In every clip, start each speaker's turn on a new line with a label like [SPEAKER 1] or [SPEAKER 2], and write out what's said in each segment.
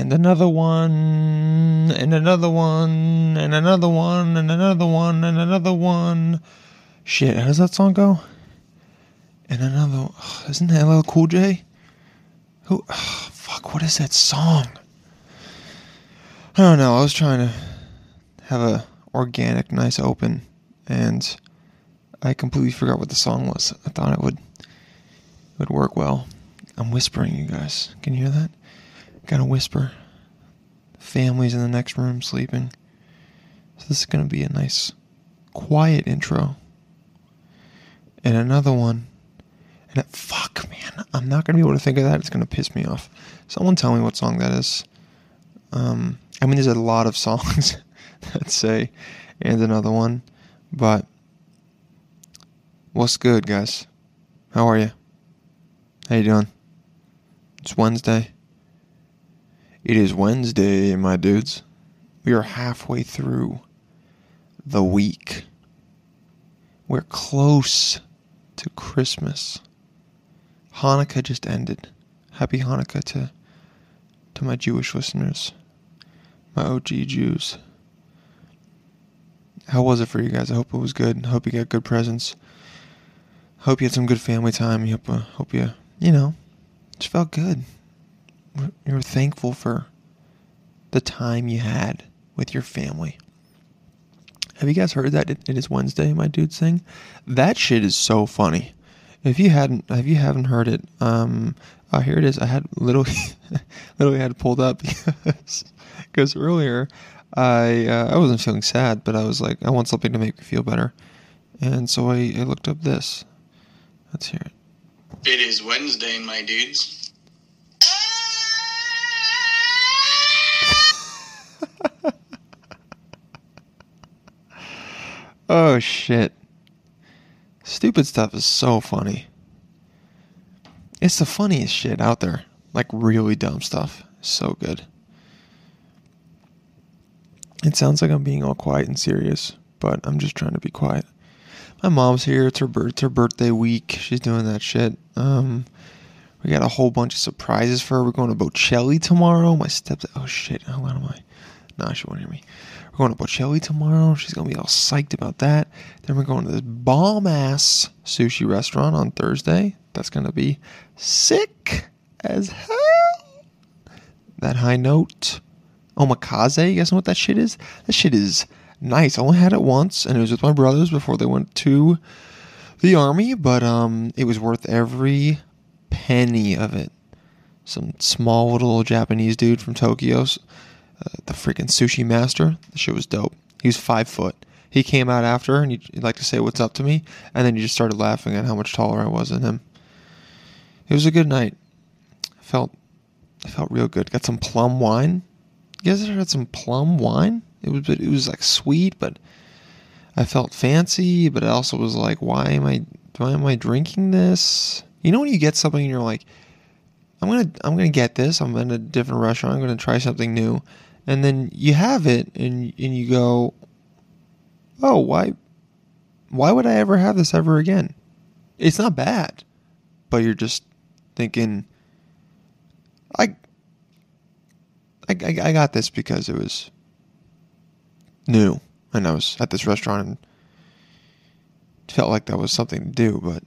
[SPEAKER 1] and another one, and another one, and another one, and another one, and another one. Shit, how does that song go? And another, ugh, isn't that LL Cool J? Who, ugh, fuck, what is that song? I don't know. I was trying to have a organic, nice open, and I completely forgot what the song was. I thought it would it would work well. I'm whispering, you guys. Can you hear that? Gotta whisper. Families in the next room sleeping. So this is gonna be a nice, quiet intro. And another one. And it, fuck, man, I'm not gonna be able to think of that. It's gonna piss me off. Someone tell me what song that is. Um, I mean, there's a lot of songs that say, and another one, but what's good, guys? How are you? How you doing? It's Wednesday. It is Wednesday, my dudes. We are halfway through the week. We're close to Christmas. Hanukkah just ended. Happy Hanukkah to to my Jewish listeners, my OG Jews. How was it for you guys? I hope it was good. I hope you got good presents. Hope you had some good family time. You hope, uh, hope you, you know, just felt good. You were thankful for the time you had with your family. Have you guys heard that it, it is Wednesday, my dude? Thing, that shit is so funny. If you hadn't, if you haven't heard it, um, oh here it is. I had literally, literally had it pulled up because, because earlier, I uh, I wasn't feeling sad, but I was like, I want something to make me feel better, and so I, I looked up this. Let's hear it.
[SPEAKER 2] It is Wednesday, my dudes.
[SPEAKER 1] Oh shit. Stupid stuff is so funny. It's the funniest shit out there. Like really dumb stuff. So good. It sounds like I'm being all quiet and serious, but I'm just trying to be quiet. My mom's here. It's her, bir- it's her birthday week. She's doing that shit. Um, we got a whole bunch of surprises for her. We're going to Bocelli tomorrow. My steps. Oh shit! How loud am I? Nah, she won't hear me. We're going to Bocelli tomorrow. She's gonna be all psyched about that. Then we're going to this bomb ass sushi restaurant on Thursday. That's gonna be sick as hell. That high note. Omakaze. You guys know what that shit is? That shit is nice. I only had it once, and it was with my brothers before they went to the army, but um, it was worth every penny of it. Some small little Japanese dude from Tokyo, s- uh, the freaking sushi master. The shit was dope. He was five foot. He came out after and he'd he'd like to say what's up to me, and then he just started laughing at how much taller I was than him. It was a good night. I felt, I felt real good. Got some plum wine. You guys ever had some plum wine? It was, it was like sweet, but I felt fancy, but I also was like, why am I why am I drinking this? You know when you get something and you're like, I'm gonna I'm gonna get this, I'm in a different restaurant, I'm gonna try something new. And then you have it and and you go, Oh, why why would I ever have this ever again? It's not bad. But you're just thinking I I, I, I got this because it was new and I was at this restaurant and felt like that was something to do, but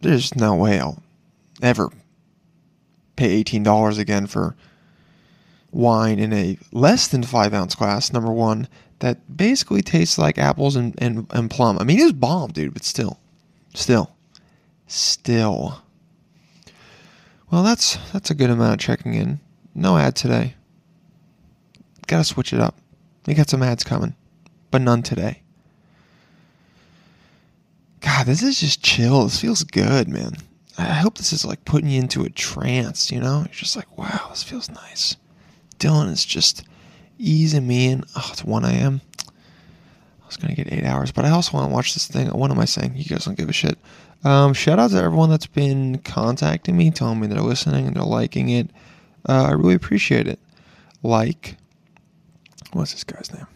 [SPEAKER 1] there's no way I'll ever pay eighteen dollars again for wine in a less than five ounce glass, number one, that basically tastes like apples and, and, and plum. I mean it was bomb, dude, but still. Still. Still. Well that's that's a good amount of checking in. No ad today. Gotta switch it up. We got some ads coming, but none today. God, this is just chill. This feels good, man. I I hope this is like putting you into a trance, you know? You're just like, wow, this feels nice. Dylan is just easing me in. Oh, it's 1 a.m. I was going to get eight hours, but I also want to watch this thing. What am I saying? You guys don't give a shit. Um, shout out to everyone that's been contacting me, telling me they're listening and they're liking it. Uh, I really appreciate it. Like, what's this guy's name?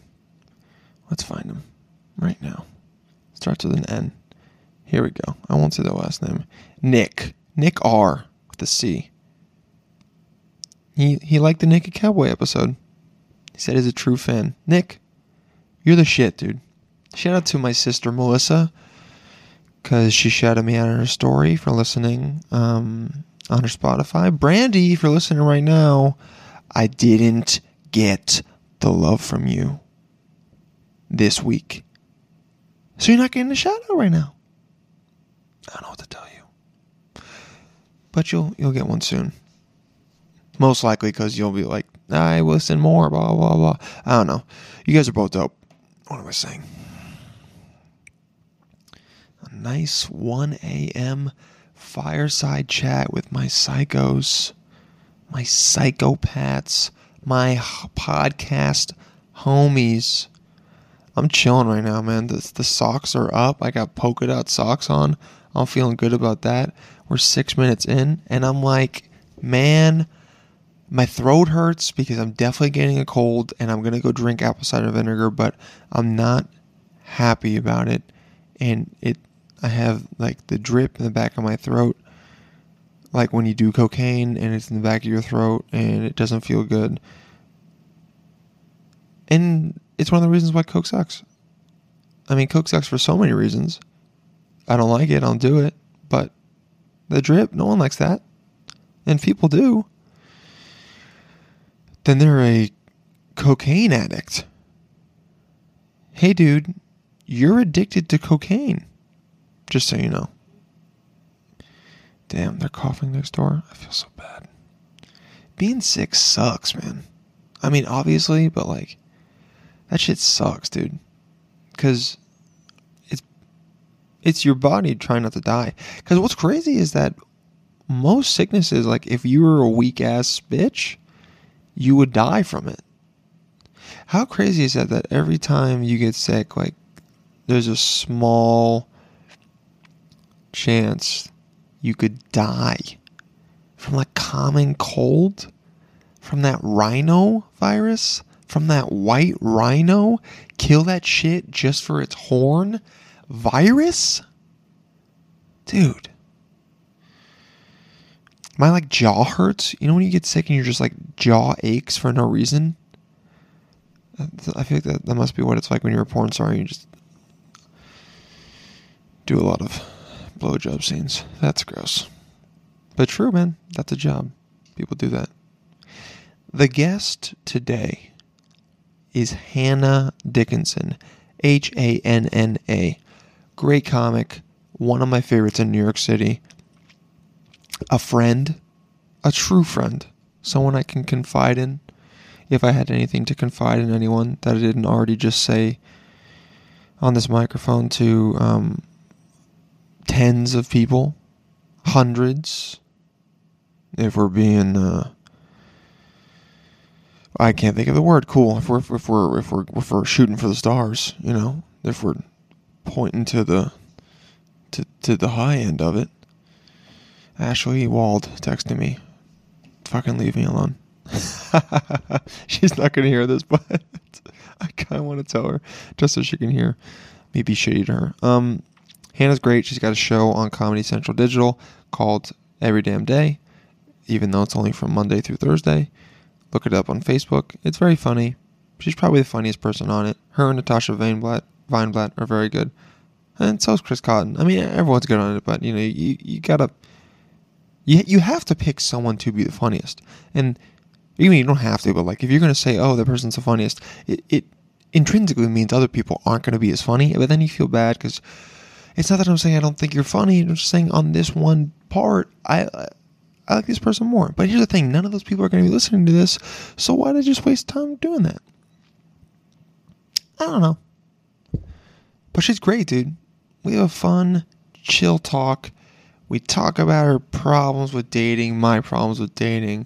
[SPEAKER 1] Let's find him right now. Starts with an N. Here we go. I won't say the last name. Nick. Nick R with a C. He he liked the Naked Cowboy episode. He said he's a true fan. Nick, you're the shit, dude. Shout out to my sister Melissa because she shouted me out on her story for listening um, on her Spotify. Brandy, if you're listening right now, I didn't get the love from you this week. So you're not getting a shout out right now. I don't know what to tell you. But you'll you'll get one soon. Most likely because you'll be like, I listen more, blah, blah, blah. I don't know. You guys are both dope. What am I saying? A nice 1 a.m. fireside chat with my psychos, my psychopaths, my h- podcast homies. I'm chilling right now, man. The, the socks are up. I got polka dot socks on. I'm feeling good about that. We're six minutes in, and I'm like, man, my throat hurts because I'm definitely getting a cold, and I'm gonna go drink apple cider vinegar, but I'm not happy about it. And it, I have like the drip in the back of my throat, like when you do cocaine, and it's in the back of your throat, and it doesn't feel good. And it's one of the reasons why Coke sucks. I mean, Coke sucks for so many reasons. I don't like it, I don't do it, but the drip, no one likes that. And people do. Then they're a cocaine addict. Hey, dude, you're addicted to cocaine. Just so you know. Damn, they're coughing next door. I feel so bad. Being sick sucks, man. I mean, obviously, but like, that shit sucks, dude. Cause it's it's your body trying not to die. Cause what's crazy is that most sicknesses, like if you were a weak ass bitch, you would die from it. How crazy is that? That every time you get sick, like there's a small chance you could die from like common cold, from that rhino virus, from that white rhino, kill that shit just for its horn virus? Dude. My like jaw hurts. You know when you get sick and you're just like jaw aches for no reason? That's- I feel like that, that must be what it's like when you're a porn star and you just do a lot of blowjob scenes. That's gross. But true, man. That's a job. People do that. The guest today is Hannah Dickinson, H A N N A. Great comic, one of my favorites in New York City. A friend, a true friend, someone I can confide in. If I had anything to confide in anyone that I didn't already just say on this microphone to um, tens of people, hundreds, if we're being. Uh, I can't think of the word. Cool. If we're if we're if we're if we're shooting for the stars, you know, if we're pointing to the to to the high end of it. Ashley Wald texted me, "Fucking leave me alone." She's not gonna hear this, but I kind of want to tell her just so she can hear me be shitty to her. Um, Hannah's great. She's got a show on Comedy Central Digital called Every Damn Day, even though it's only from Monday through Thursday look it up on Facebook. It's very funny. She's probably the funniest person on it. Her and Natasha Weinblatt, Weinblatt are very good, and so is Chris Cotton. I mean, everyone's good on it, but you know, you, you gotta, you you have to pick someone to be the funniest. And you mean you don't have to, but like if you're gonna say, oh, the person's the funniest, it it intrinsically means other people aren't gonna be as funny. But then you feel bad because it's not that I'm saying I don't think you're funny. I'm just saying on this one part, I I like this person more. But here's the thing: none of those people are going to be listening to this, so why did I just waste time doing that? I don't know. But she's great, dude. We have a fun, chill talk. We talk about her problems with dating, my problems with dating,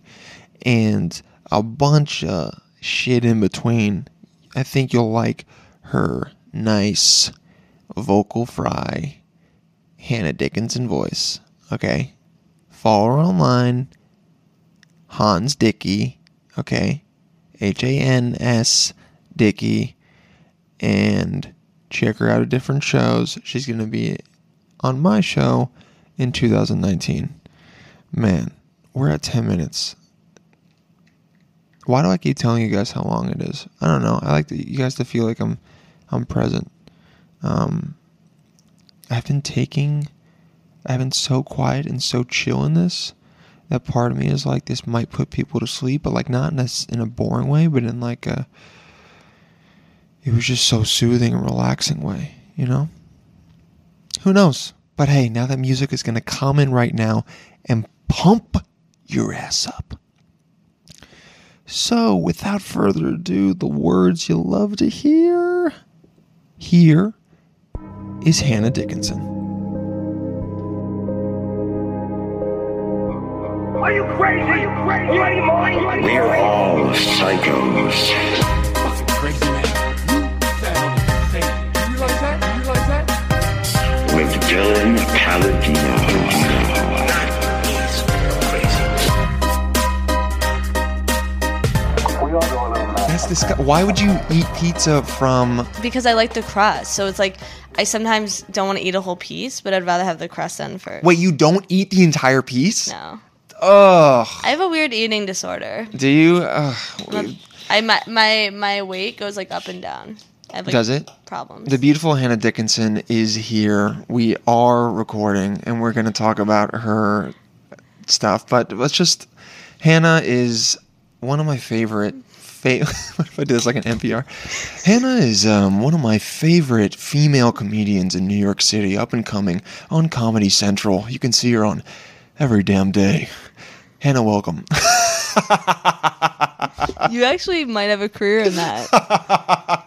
[SPEAKER 1] and a bunch of shit in between. I think you'll like her nice vocal fry, Hannah Dickinson voice. Okay? Follow her online, Hans Dickey. Okay? H A N S Dickey and check her out at different shows. She's going to be on my show in 2019. Man, we're at 10 minutes. Why do I keep telling you guys how long it is? I don't know. I like to, you guys to feel like I'm I'm present. Um, I've been taking, I've been so quiet and so chill in this that part of me is like this might put people to sleep, but like not in a s- in a boring way, but in like a it was just so soothing and relaxing way, you know? Who knows? But hey, now that music is going to come in right now and pump your ass up. So, without further ado, the words you love to hear here is Hannah Dickinson.
[SPEAKER 3] Are you crazy? Are you crazy? You ain't mind.
[SPEAKER 4] We're all psychos.
[SPEAKER 5] crazy man. You sound You like that? You like that?
[SPEAKER 4] with Dylan Paladino.
[SPEAKER 1] That's disgusting. Why would you eat pizza from.
[SPEAKER 6] because I like the crust. So it's like I sometimes don't want to eat a whole piece, but I'd rather have the crust done first.
[SPEAKER 1] Wait, you don't eat the entire piece?
[SPEAKER 6] No,
[SPEAKER 1] Ugh.
[SPEAKER 6] I have a weird eating disorder.
[SPEAKER 1] Do you? Ugh.
[SPEAKER 6] I my my, my weight goes like up and down. I have, like,
[SPEAKER 1] Does it?
[SPEAKER 6] Problems.
[SPEAKER 1] The beautiful Hannah Dickinson is here. We are recording and we're going to talk about her stuff, but let's just. Hannah is one of my favorite. Fa- what if I do this like an NPR? Hannah is um, one of my favorite female comedians in New York City, up and coming on Comedy Central. You can see her on every damn day. Hannah, welcome.
[SPEAKER 6] you actually might have a career in that.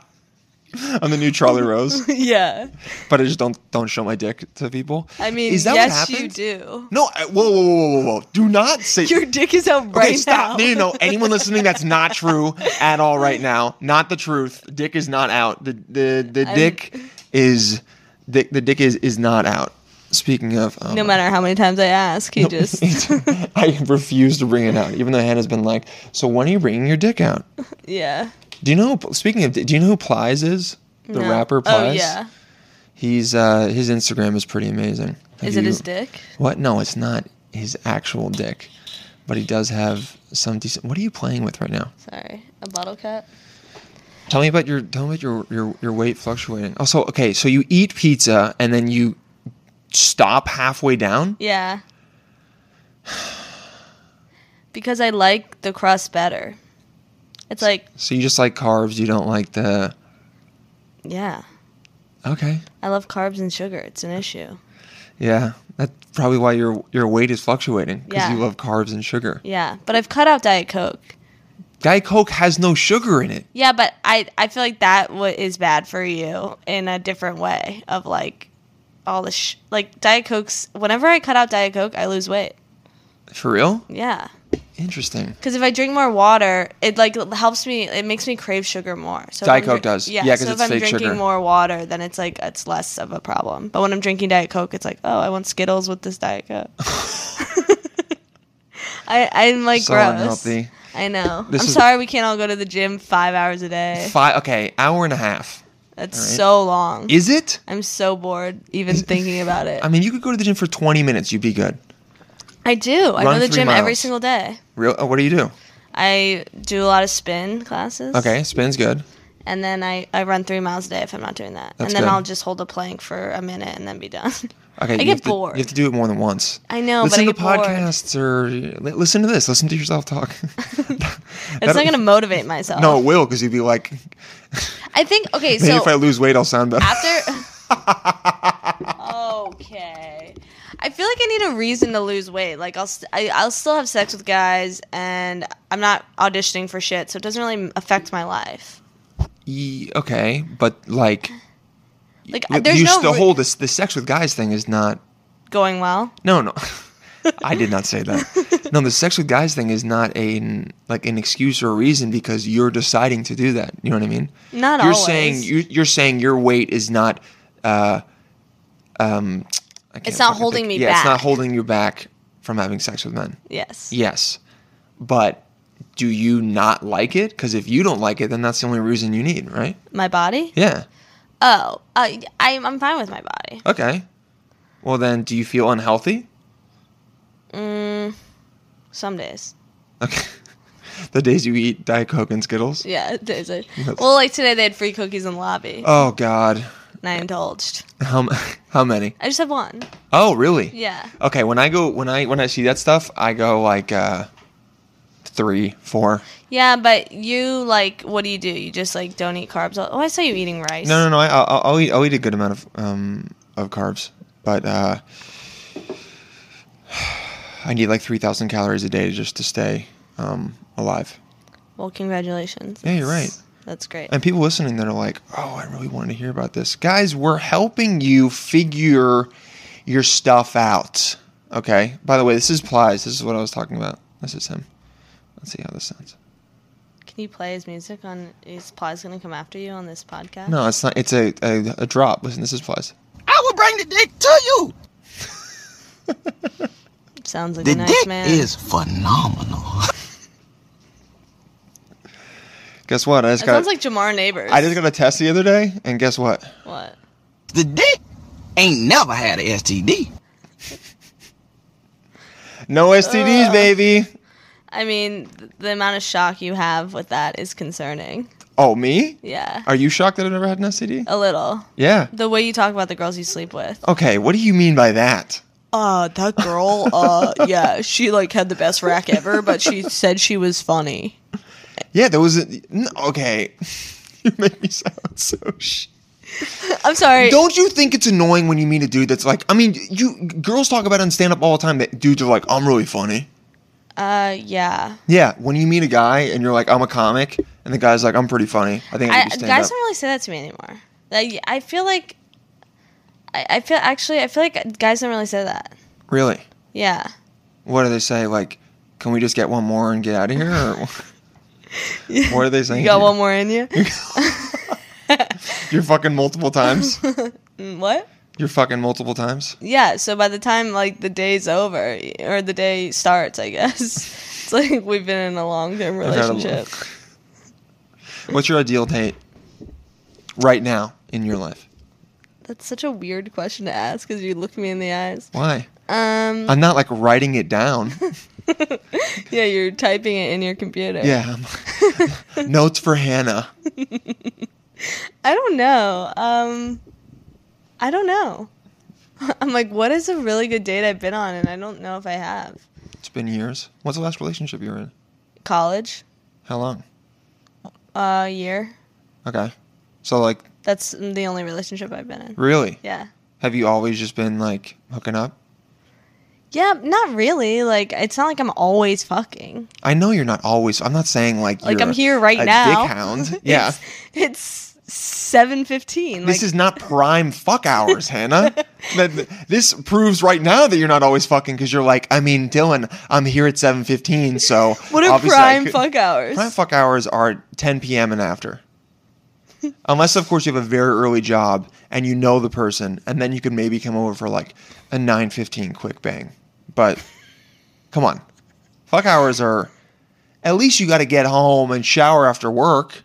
[SPEAKER 1] I'm the new Charlie Rose,
[SPEAKER 6] yeah.
[SPEAKER 1] but I just don't don't show my dick to people.
[SPEAKER 6] I mean,
[SPEAKER 1] is that what
[SPEAKER 6] yes,
[SPEAKER 1] happens?
[SPEAKER 6] you do.
[SPEAKER 1] No, I, whoa, whoa, whoa, whoa, whoa! Do not say.
[SPEAKER 6] Your dick is out
[SPEAKER 1] okay,
[SPEAKER 6] right
[SPEAKER 1] stop.
[SPEAKER 6] now.
[SPEAKER 1] No, no, no. Anyone listening, that's not true at all right now. Not the truth. Dick is not out. The the the
[SPEAKER 6] I'm-
[SPEAKER 1] dick is the, the dick is is not out. Speaking of, um,
[SPEAKER 6] No matter how many times I ask, he just
[SPEAKER 1] I refuse to bring it out, even though Hannah's been like, "So when are you bringing your dick out?"
[SPEAKER 6] yeah.
[SPEAKER 1] Do you know? Speaking of, do you know who Plies is? The
[SPEAKER 6] No.
[SPEAKER 1] rapper
[SPEAKER 6] Oh
[SPEAKER 1] Plies.
[SPEAKER 6] yeah.
[SPEAKER 1] He's uh, his Instagram is pretty amazing. Have
[SPEAKER 6] Is it
[SPEAKER 1] you-
[SPEAKER 6] his dick?
[SPEAKER 1] What? No, it's not his actual dick, but he does have some decent. What are you playing with right now?
[SPEAKER 6] Sorry, a bottle cap.
[SPEAKER 1] Tell me about your tell me about your your, your weight fluctuating. Also, okay, so you eat pizza and then you stop halfway down.
[SPEAKER 6] Yeah. Because I like the crust better. It's like,
[SPEAKER 1] So you just like carbs. You don't like the
[SPEAKER 6] yeah,
[SPEAKER 1] okay.
[SPEAKER 6] I love carbs and sugar. It's an issue.
[SPEAKER 1] Yeah, that's probably why your your weight is fluctuating because
[SPEAKER 6] Yeah.
[SPEAKER 1] you love carbs and sugar.
[SPEAKER 6] Yeah. But I've cut out Diet Coke.
[SPEAKER 1] Diet Coke has no sugar in it.
[SPEAKER 6] Yeah, but I, I feel like that what is bad for you in a different way of like all the sh- like Diet Coke's. Whenever I cut out Diet Coke, I lose weight.
[SPEAKER 1] For real?
[SPEAKER 6] Yeah.
[SPEAKER 1] Interesting.
[SPEAKER 6] Because if I drink more water, it like helps me. It makes me crave sugar more. So if
[SPEAKER 1] Diet
[SPEAKER 6] I'm
[SPEAKER 1] Coke does.
[SPEAKER 6] Yeah.
[SPEAKER 1] Yeah, 'cause
[SPEAKER 6] so if
[SPEAKER 1] it's
[SPEAKER 6] I'm
[SPEAKER 1] fake
[SPEAKER 6] drinking
[SPEAKER 1] sugar.
[SPEAKER 6] more water, then it's like it's less of a problem. But when I'm drinking Diet Coke, it's like, oh, I want Skittles with this Diet Coke. I I'm like
[SPEAKER 1] So
[SPEAKER 6] gross.
[SPEAKER 1] unhealthy.
[SPEAKER 6] I know.
[SPEAKER 1] This
[SPEAKER 6] I'm
[SPEAKER 1] is-
[SPEAKER 6] sorry we can't all go to the gym five hours a day.
[SPEAKER 1] Five. Okay, hour and a half.
[SPEAKER 6] That's
[SPEAKER 1] all right.
[SPEAKER 6] so long.
[SPEAKER 1] Is it?
[SPEAKER 6] I'm so bored even thinking about it.
[SPEAKER 1] I mean, you could go to the gym for 20 minutes. You'd be good.
[SPEAKER 6] I do. I
[SPEAKER 1] Run
[SPEAKER 6] go to the
[SPEAKER 1] three
[SPEAKER 6] gym every
[SPEAKER 1] miles.
[SPEAKER 6] single day.
[SPEAKER 1] Real? uh, What do you do?
[SPEAKER 6] I do a lot of spin classes.
[SPEAKER 1] Okay, spin's good.
[SPEAKER 6] and then I, I run three miles a day if I'm not doing that.
[SPEAKER 1] That's
[SPEAKER 6] and then
[SPEAKER 1] good.
[SPEAKER 6] I'll just hold a plank for a minute and then be done.
[SPEAKER 1] Okay, you
[SPEAKER 6] get
[SPEAKER 1] have to-
[SPEAKER 6] bored.
[SPEAKER 1] you have to do it more than once.
[SPEAKER 6] I know,
[SPEAKER 1] listen
[SPEAKER 6] but
[SPEAKER 1] to
[SPEAKER 6] I get bored.
[SPEAKER 1] podcasts or li- listen to this. Listen to yourself talk.
[SPEAKER 6] It's not going to motivate myself.
[SPEAKER 1] No, it will because you'd be like,
[SPEAKER 6] I think, okay,
[SPEAKER 1] maybe
[SPEAKER 6] so
[SPEAKER 1] if I lose weight, I'll sound better.
[SPEAKER 6] after. okay. I feel like I need a reason to lose weight. Like, I'll, st- I, I'll still have sex with guys and I'm not auditioning for shit, so it doesn't really affect my life.
[SPEAKER 1] Ye- okay, but like,
[SPEAKER 6] Like,
[SPEAKER 1] y-
[SPEAKER 6] there's
[SPEAKER 1] you
[SPEAKER 6] no
[SPEAKER 1] the
[SPEAKER 6] re-
[SPEAKER 1] whole this the sex with guys thing is not.
[SPEAKER 6] going well.
[SPEAKER 1] No, no. I did not say that. No, the sex with guys thing is not a like an excuse or a reason because you're deciding to do that. You know what I mean?
[SPEAKER 6] Not
[SPEAKER 1] you're
[SPEAKER 6] always.
[SPEAKER 1] saying you, you're saying your weight is not uh um I can't
[SPEAKER 6] It's not
[SPEAKER 1] fucking
[SPEAKER 6] holding me
[SPEAKER 1] yeah, it's not
[SPEAKER 6] back.
[SPEAKER 1] holding you back from having sex with men
[SPEAKER 6] Yes.
[SPEAKER 1] yes but do you not like it because if you don't like it then that's the only reason you need right
[SPEAKER 6] My body?
[SPEAKER 1] yeah
[SPEAKER 6] Oh, uh, I, I'm fine with my body.
[SPEAKER 1] okay well then do you feel unhealthy
[SPEAKER 6] Mm, Some days.
[SPEAKER 1] okay the days you eat Diet Coke and Skittles.
[SPEAKER 6] Yeah, there's a
[SPEAKER 1] Yes.
[SPEAKER 6] well, like today they had free cookies in the lobby,
[SPEAKER 1] Oh God,
[SPEAKER 6] and I indulged.
[SPEAKER 1] how m- how many?
[SPEAKER 6] I just had one.
[SPEAKER 1] Oh really?
[SPEAKER 6] Yeah,
[SPEAKER 1] Okay, when I go when I when I see that stuff, I go like uh three, four.
[SPEAKER 6] yeah, but you like, what do you do? You just like don't eat carbs. all- Oh, I saw you eating rice.
[SPEAKER 1] No, no, no. I, I'll, I'll eat. I'll eat a good amount of um of carbs, but uh, I need like three thousand calories a day just to stay um alive.
[SPEAKER 6] Well, congratulations.
[SPEAKER 1] Yeah, you're right.
[SPEAKER 6] That's great.
[SPEAKER 1] And people listening that are like, "Oh, I really wanted to hear about this." Guys, we're helping you figure your stuff out. Okay. By the way, this is Plies. This is what I was talking about. This is him. Let's see how this sounds.
[SPEAKER 6] Can you play his music on? Is Plies gonna come after you on this podcast?
[SPEAKER 1] No, it's not. It's a a, a drop. Listen, this is Plies.
[SPEAKER 7] I will bring the dick to you.
[SPEAKER 6] Sounds like
[SPEAKER 7] The
[SPEAKER 6] a nice
[SPEAKER 7] dick
[SPEAKER 6] man.
[SPEAKER 7] is phenomenal.
[SPEAKER 1] Guess what? I
[SPEAKER 6] That
[SPEAKER 1] just got.
[SPEAKER 6] sounds like Jamar Neighbors.
[SPEAKER 1] I just got a test the other day, and guess what?
[SPEAKER 6] what?
[SPEAKER 7] The dick ain't never had a STD.
[SPEAKER 1] No STDs, baby.
[SPEAKER 6] I mean, th- the amount of shock you have with that is concerning.
[SPEAKER 1] Oh, me?
[SPEAKER 6] Yeah,
[SPEAKER 1] Are you shocked that I've never had an STD?
[SPEAKER 6] a little.
[SPEAKER 1] Yeah.
[SPEAKER 6] The way you talk about the girls you sleep with.
[SPEAKER 1] Okay, what do you mean by that?
[SPEAKER 6] Uh, that girl, uh, yeah, she like had the best rack ever, but she said she was funny.
[SPEAKER 1] Yeah, there was a. n- Okay. you make me sound so sh-
[SPEAKER 6] I'm sorry.
[SPEAKER 1] Don't you think it's annoying when you meet a dude that's like, I mean, you girls talk about it in stand up all the time that dudes are like, I'm really funny.
[SPEAKER 6] Uh, yeah.
[SPEAKER 1] Yeah, when you meet a guy and you're like, I'm a comic, and the guy's like, I'm pretty funny. I think I
[SPEAKER 6] I,
[SPEAKER 1] can do stand
[SPEAKER 6] guys
[SPEAKER 1] up.
[SPEAKER 6] don't really say that to me anymore. Like, I feel like, I, I feel actually, I feel like guys don't really say that.
[SPEAKER 1] Really?
[SPEAKER 6] Yeah.
[SPEAKER 1] What do they say? Like, can we just get one more and get out of here? Or what are they saying?
[SPEAKER 6] You got
[SPEAKER 1] to you?
[SPEAKER 6] one more in you?
[SPEAKER 1] You're fucking multiple times.
[SPEAKER 6] Mm, what?
[SPEAKER 1] You're fucking multiple times.
[SPEAKER 6] Yeah, so by the time like the day's over or the day starts, I guess it's like we've been in a long-term
[SPEAKER 1] had a-
[SPEAKER 6] relationship.
[SPEAKER 1] What's your ideal date right now in your life?
[SPEAKER 6] That's such a weird question to ask because you looked me in the eyes.
[SPEAKER 1] Why?
[SPEAKER 6] Um,
[SPEAKER 1] I'm not like writing it down.
[SPEAKER 6] yeah, you're typing it in your computer.
[SPEAKER 1] Yeah. I'm- Notes for Hannah.
[SPEAKER 6] I don't know. Um, I don't know. I'm like, what is a really good date I've been on, and I don't know if I have.
[SPEAKER 1] It's been years. What's the last relationship you were in?
[SPEAKER 6] College,
[SPEAKER 1] How long?
[SPEAKER 6] uh, year.
[SPEAKER 1] Okay. So like
[SPEAKER 6] That's the only relationship I've been in.
[SPEAKER 1] really?
[SPEAKER 6] Yeah.
[SPEAKER 1] Have you always just been like hooking up?
[SPEAKER 6] Yeah, not really. Like, it's not like I'm always fucking.
[SPEAKER 1] I know you're not always. I'm not saying like
[SPEAKER 6] Like,
[SPEAKER 1] you're
[SPEAKER 6] I'm
[SPEAKER 1] a-
[SPEAKER 6] here right
[SPEAKER 1] a
[SPEAKER 6] now.
[SPEAKER 1] Dick hound. Yeah.
[SPEAKER 6] It's seven fifteen.
[SPEAKER 1] This
[SPEAKER 6] like,
[SPEAKER 1] is not prime fuck hours, Hannah. That this proves right now that you're not always fucking because you're like, I mean, Dylan, I'm here at 7:15, so
[SPEAKER 6] what are
[SPEAKER 1] obviously I
[SPEAKER 6] prime
[SPEAKER 1] could-
[SPEAKER 6] fuck hours?
[SPEAKER 1] Prime fuck hours are 10 p.m. and after, unless of course you have a very early job and you know the person, and then you could maybe come over for like a 9:15 quick bang. But come on, fuck hours are. At least you got to get home and shower after work.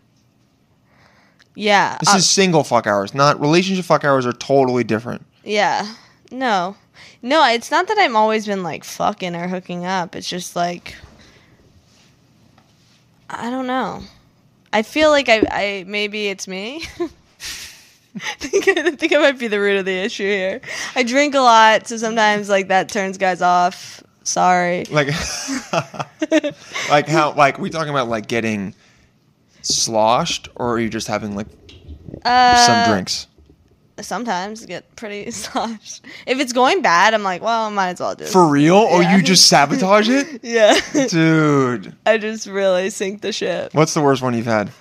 [SPEAKER 6] yeah.
[SPEAKER 1] This
[SPEAKER 6] uh,
[SPEAKER 1] is single fuck hours, not relationship fuck hours are totally different.
[SPEAKER 6] Yeah. No. No, it's not that I'm always been like fucking or hooking up. It's just like I don't know. I feel like I, I maybe it's me. I think, I think I might be the root of the issue here. I drink a lot, so sometimes like that turns guys off. Sorry.
[SPEAKER 1] like like how like we talking about like getting sloshed or are you just having like
[SPEAKER 6] Uh,
[SPEAKER 1] some drinks
[SPEAKER 6] Sometimes get pretty soft. If it's going bad, I'm like, well, I might as well do. it.
[SPEAKER 1] for real or
[SPEAKER 6] yeah.
[SPEAKER 1] you just sabotage it
[SPEAKER 6] yeah,
[SPEAKER 1] dude
[SPEAKER 6] I just really sink the ship.
[SPEAKER 1] what's the worst one you've had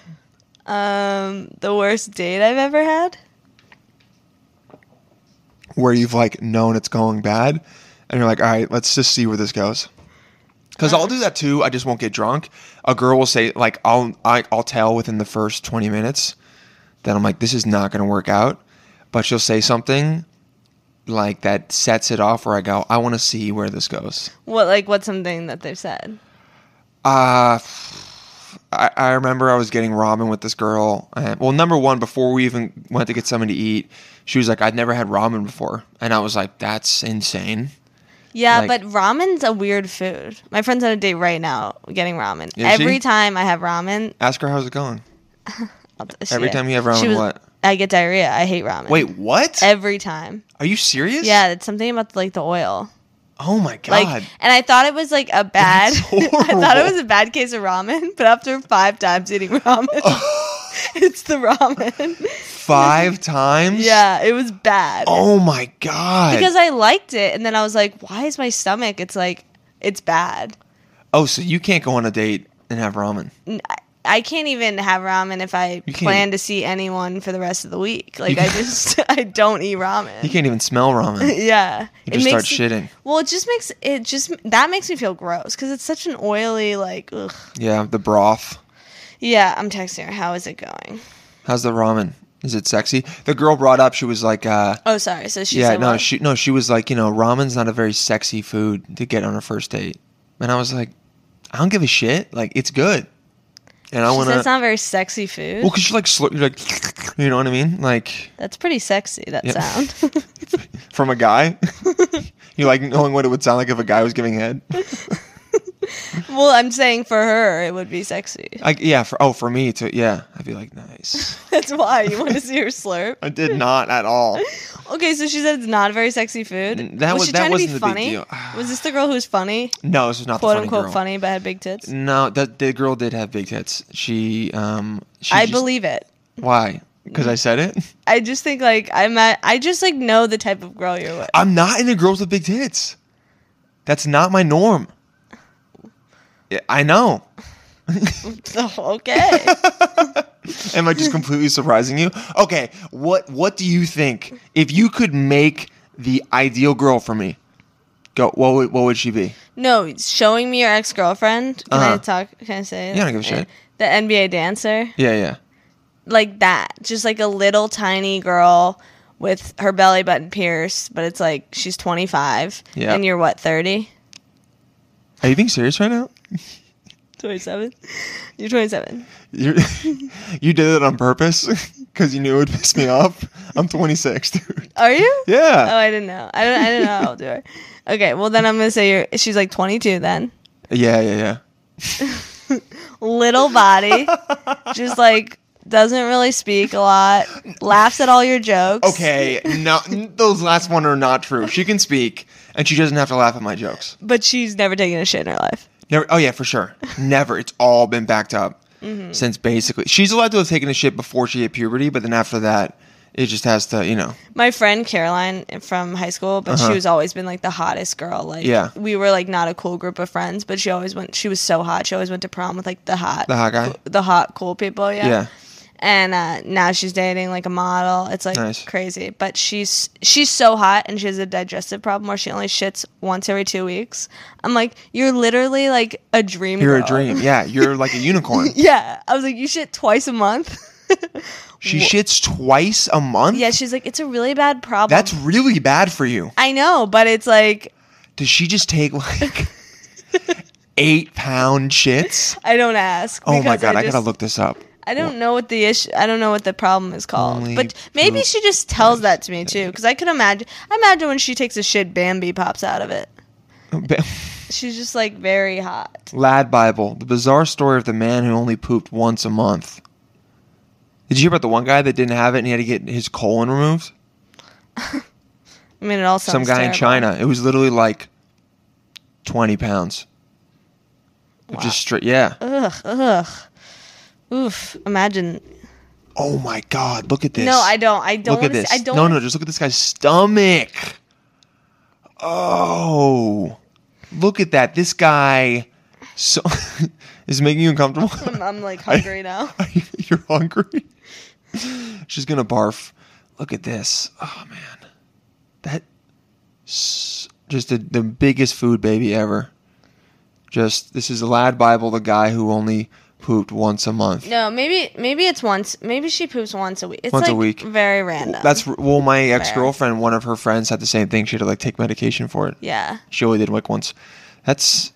[SPEAKER 6] Um, the worst date I've ever had.
[SPEAKER 1] where you've like known it's going bad and you're like all right let's just see where this goes because i'll do that too i just won't get drunk a girl will say like i'll I, i'll tell within the first 20 minutes that i'm like this is not going to work out but she'll say something like that sets it off where i go i want to see where this goes
[SPEAKER 6] What like what's something that they've said?
[SPEAKER 1] Uh, I, I remember I was getting ramen with this girl. And, well, number one, before we even went to get something to eat, she was like, I'd never had ramen before. And I was like, that's insane.
[SPEAKER 6] Yeah,
[SPEAKER 1] Like-
[SPEAKER 6] but ramen's a weird food. My friend's on a date right now getting ramen.
[SPEAKER 1] Is
[SPEAKER 6] Every
[SPEAKER 1] she?
[SPEAKER 6] time I have ramen,
[SPEAKER 1] Ask her how's it going.
[SPEAKER 6] I'll t-
[SPEAKER 1] Every
[SPEAKER 6] she-
[SPEAKER 1] time you have ramen,
[SPEAKER 6] she
[SPEAKER 1] what?
[SPEAKER 6] I get diarrhea. I hate ramen.
[SPEAKER 1] Wait, what?
[SPEAKER 6] Every time.
[SPEAKER 1] Are you serious?
[SPEAKER 6] Yeah, it's something about like the oil.
[SPEAKER 1] Oh my god.
[SPEAKER 6] Like, and I thought it was like a bad.
[SPEAKER 1] That's
[SPEAKER 6] I thought it
[SPEAKER 1] horrible.
[SPEAKER 6] was a bad case of ramen, but after five times eating
[SPEAKER 1] Oh.
[SPEAKER 6] ramen, it's the ramen.
[SPEAKER 1] Five times?
[SPEAKER 6] yeah, it was bad.
[SPEAKER 1] Oh my god.
[SPEAKER 6] because I liked it, and then I was like, why is my stomach? It's like it's bad.
[SPEAKER 1] oh, so you can't go on a date and have ramen.
[SPEAKER 6] N- I- I can't even have ramen if I
[SPEAKER 1] You can't-
[SPEAKER 6] plan to see anyone for the rest of the week. Like I
[SPEAKER 1] can't-
[SPEAKER 6] just I don't eat
[SPEAKER 1] You
[SPEAKER 6] ramen.
[SPEAKER 1] can't even smell ramen.
[SPEAKER 6] Yeah,
[SPEAKER 1] You just start
[SPEAKER 6] me-
[SPEAKER 1] shitting.
[SPEAKER 6] Well, it just makes it just that makes me feel gross because it's such an oily like. Ugh.
[SPEAKER 1] Yeah, the broth.
[SPEAKER 6] Yeah, I'm texting her. How is it going?
[SPEAKER 1] How's the ramen? Is it sexy? The girl brought up she was like uh
[SPEAKER 6] Oh, sorry. So she's
[SPEAKER 1] yeah,
[SPEAKER 6] like,
[SPEAKER 1] no,
[SPEAKER 6] what?
[SPEAKER 1] she no, she was like, you know, ramen's not a very sexy food to get on a first date. And I was like, I don't give a shit. Like it's good. And I
[SPEAKER 6] She
[SPEAKER 1] want
[SPEAKER 6] said it's
[SPEAKER 1] to
[SPEAKER 6] not very sexy food.
[SPEAKER 1] Well, cuz you're like slur- you're like you know what I mean? Like
[SPEAKER 6] That's pretty sexy. That
[SPEAKER 1] Yeah.
[SPEAKER 6] sound.
[SPEAKER 1] from a guy? you like knowing what it would sound like if a guy was giving head?
[SPEAKER 6] well, I'm saying for her, it would be sexy.
[SPEAKER 1] Like yeah, for oh, for me to yeah, I'd be like nice.
[SPEAKER 6] That's why you want to see her slurp.
[SPEAKER 1] I did not at all.
[SPEAKER 6] Okay, so she said it's not very sexy food.
[SPEAKER 1] N- that was-
[SPEAKER 6] she
[SPEAKER 1] that
[SPEAKER 6] trying
[SPEAKER 1] wasn't
[SPEAKER 6] to
[SPEAKER 1] the
[SPEAKER 6] be
[SPEAKER 1] big
[SPEAKER 6] funny?
[SPEAKER 1] deal.
[SPEAKER 6] was this the girl who's funny,
[SPEAKER 1] No, this is not
[SPEAKER 6] quote
[SPEAKER 1] the funny
[SPEAKER 6] unquote
[SPEAKER 1] girl.
[SPEAKER 6] funny, but had big tits?
[SPEAKER 1] No, that the girl did have big tits. She um she
[SPEAKER 6] I
[SPEAKER 1] just-
[SPEAKER 6] believe it.
[SPEAKER 1] why? Cuz I said it.
[SPEAKER 6] I just think like I'm at, I just like know the type of girl you're with.
[SPEAKER 1] I'm not into girls with big tits. That's not my norm. Yeah, I know.
[SPEAKER 6] Oh, okay.
[SPEAKER 1] Am I just completely surprising you? Okay, what what do you think if you could make the ideal girl for me? Go. What would what would she be?
[SPEAKER 6] no, showing me your ex girlfriend. Can I
[SPEAKER 1] Uh-huh.
[SPEAKER 6] talk? Can I say?
[SPEAKER 1] Yeah, I don't give a shit.
[SPEAKER 6] The NBA dancer.
[SPEAKER 1] Yeah, yeah.
[SPEAKER 6] like that, just like a little tiny girl with her belly button pierced, but it's like she's 25
[SPEAKER 1] Yeah.
[SPEAKER 6] and you're what 30?
[SPEAKER 1] Are you being serious right now?
[SPEAKER 6] 27. You're 27.
[SPEAKER 1] You you did it on purpose because you knew it would piss me off. I'm 26, dude.
[SPEAKER 6] Are you? Oh,
[SPEAKER 1] Yeah.
[SPEAKER 6] I didn't know. I don't I didn't know how old you are. Okay, well then I'm going to say you're she's like 22 then.
[SPEAKER 1] Yeah, yeah, yeah.
[SPEAKER 6] Little body. just like doesn't really speak a lot. Laughs at all your jokes.
[SPEAKER 1] Okay, no, those last one are not true. She can speak, and she doesn't have to laugh at my jokes.
[SPEAKER 6] But she's never taken a shit in her life.
[SPEAKER 1] Never. Oh yeah, for sure. Never. It's all been backed up
[SPEAKER 6] Mm-hmm.
[SPEAKER 1] since basically. She's allowed to have taken a shit before she hit puberty, but then after that, it just has to, you know.
[SPEAKER 6] my friend Caroline from high school, but she was always been like the hottest girl. Like
[SPEAKER 1] Uh-huh. Yeah.
[SPEAKER 6] we were like not a cool group of friends, but she always went. She was so hot. She always went to prom with like the hot,
[SPEAKER 1] The hot guy?
[SPEAKER 6] the hot cool people. Yeah.
[SPEAKER 1] Yeah.
[SPEAKER 6] And uh, now she's dating like a model. It's like
[SPEAKER 1] Nice.
[SPEAKER 6] crazy, but she's she's so hot, and she has a digestive problem where she only shits once every two weeks. I'm like, you're literally like a dream.
[SPEAKER 1] You're a
[SPEAKER 6] girl."
[SPEAKER 1] dream. Yeah, you're like a unicorn.
[SPEAKER 6] Yeah, I was like, you shit twice a month.
[SPEAKER 1] She shits twice a month.
[SPEAKER 6] yeah, she's like, it's a really bad problem.
[SPEAKER 1] That's really bad for you.
[SPEAKER 6] I know, but it's like
[SPEAKER 1] Does she just take like eight pound shits?
[SPEAKER 6] I don't ask.
[SPEAKER 1] Oh my
[SPEAKER 6] because
[SPEAKER 1] god, I,
[SPEAKER 6] just-
[SPEAKER 1] gotta look this up.
[SPEAKER 6] I don't know what the issue. I don't know what the problem is called.
[SPEAKER 1] Only
[SPEAKER 6] but maybe
[SPEAKER 1] poop
[SPEAKER 6] she just tells that to me too, because I could imagine. I imagine when she takes a shit, Bambi pops out of it. She's just like very hot.
[SPEAKER 1] Lad Bible: The bizarre story of the man who only pooped once a month. Did you hear about the one guy that didn't have it and he had to get his colon removed?
[SPEAKER 6] I mean, it all
[SPEAKER 1] some
[SPEAKER 6] sounds
[SPEAKER 1] guy in
[SPEAKER 6] terrible.
[SPEAKER 1] China. It was literally like twenty pounds. Of Just straight, yeah.
[SPEAKER 6] Ugh, ugh, oof. Imagine.
[SPEAKER 1] Oh my god, look at this.
[SPEAKER 6] No, I don't. I don't.
[SPEAKER 1] look at
[SPEAKER 6] wanna
[SPEAKER 1] this.
[SPEAKER 6] see- I don't.
[SPEAKER 1] no,
[SPEAKER 6] wanna-
[SPEAKER 1] no, just look at this guy's stomach. Oh, look at that. This guy. So is it making you uncomfortable.
[SPEAKER 6] I'm, I'm, like hungry now.
[SPEAKER 1] You're hungry. She's gonna barf. Look at this. Oh man, that s- just the, the biggest food baby ever. Just this is the lad Bible, the guy who only pooped once a month.
[SPEAKER 6] No, maybe maybe it's once. Maybe she poops once a week. It's
[SPEAKER 1] Once a
[SPEAKER 6] like
[SPEAKER 1] week.
[SPEAKER 6] Very random.
[SPEAKER 1] That's well, my ex girlfriend, one of her friends had the same thing. She had to like take medication for it.
[SPEAKER 6] yeah.
[SPEAKER 1] She only did like once. That's,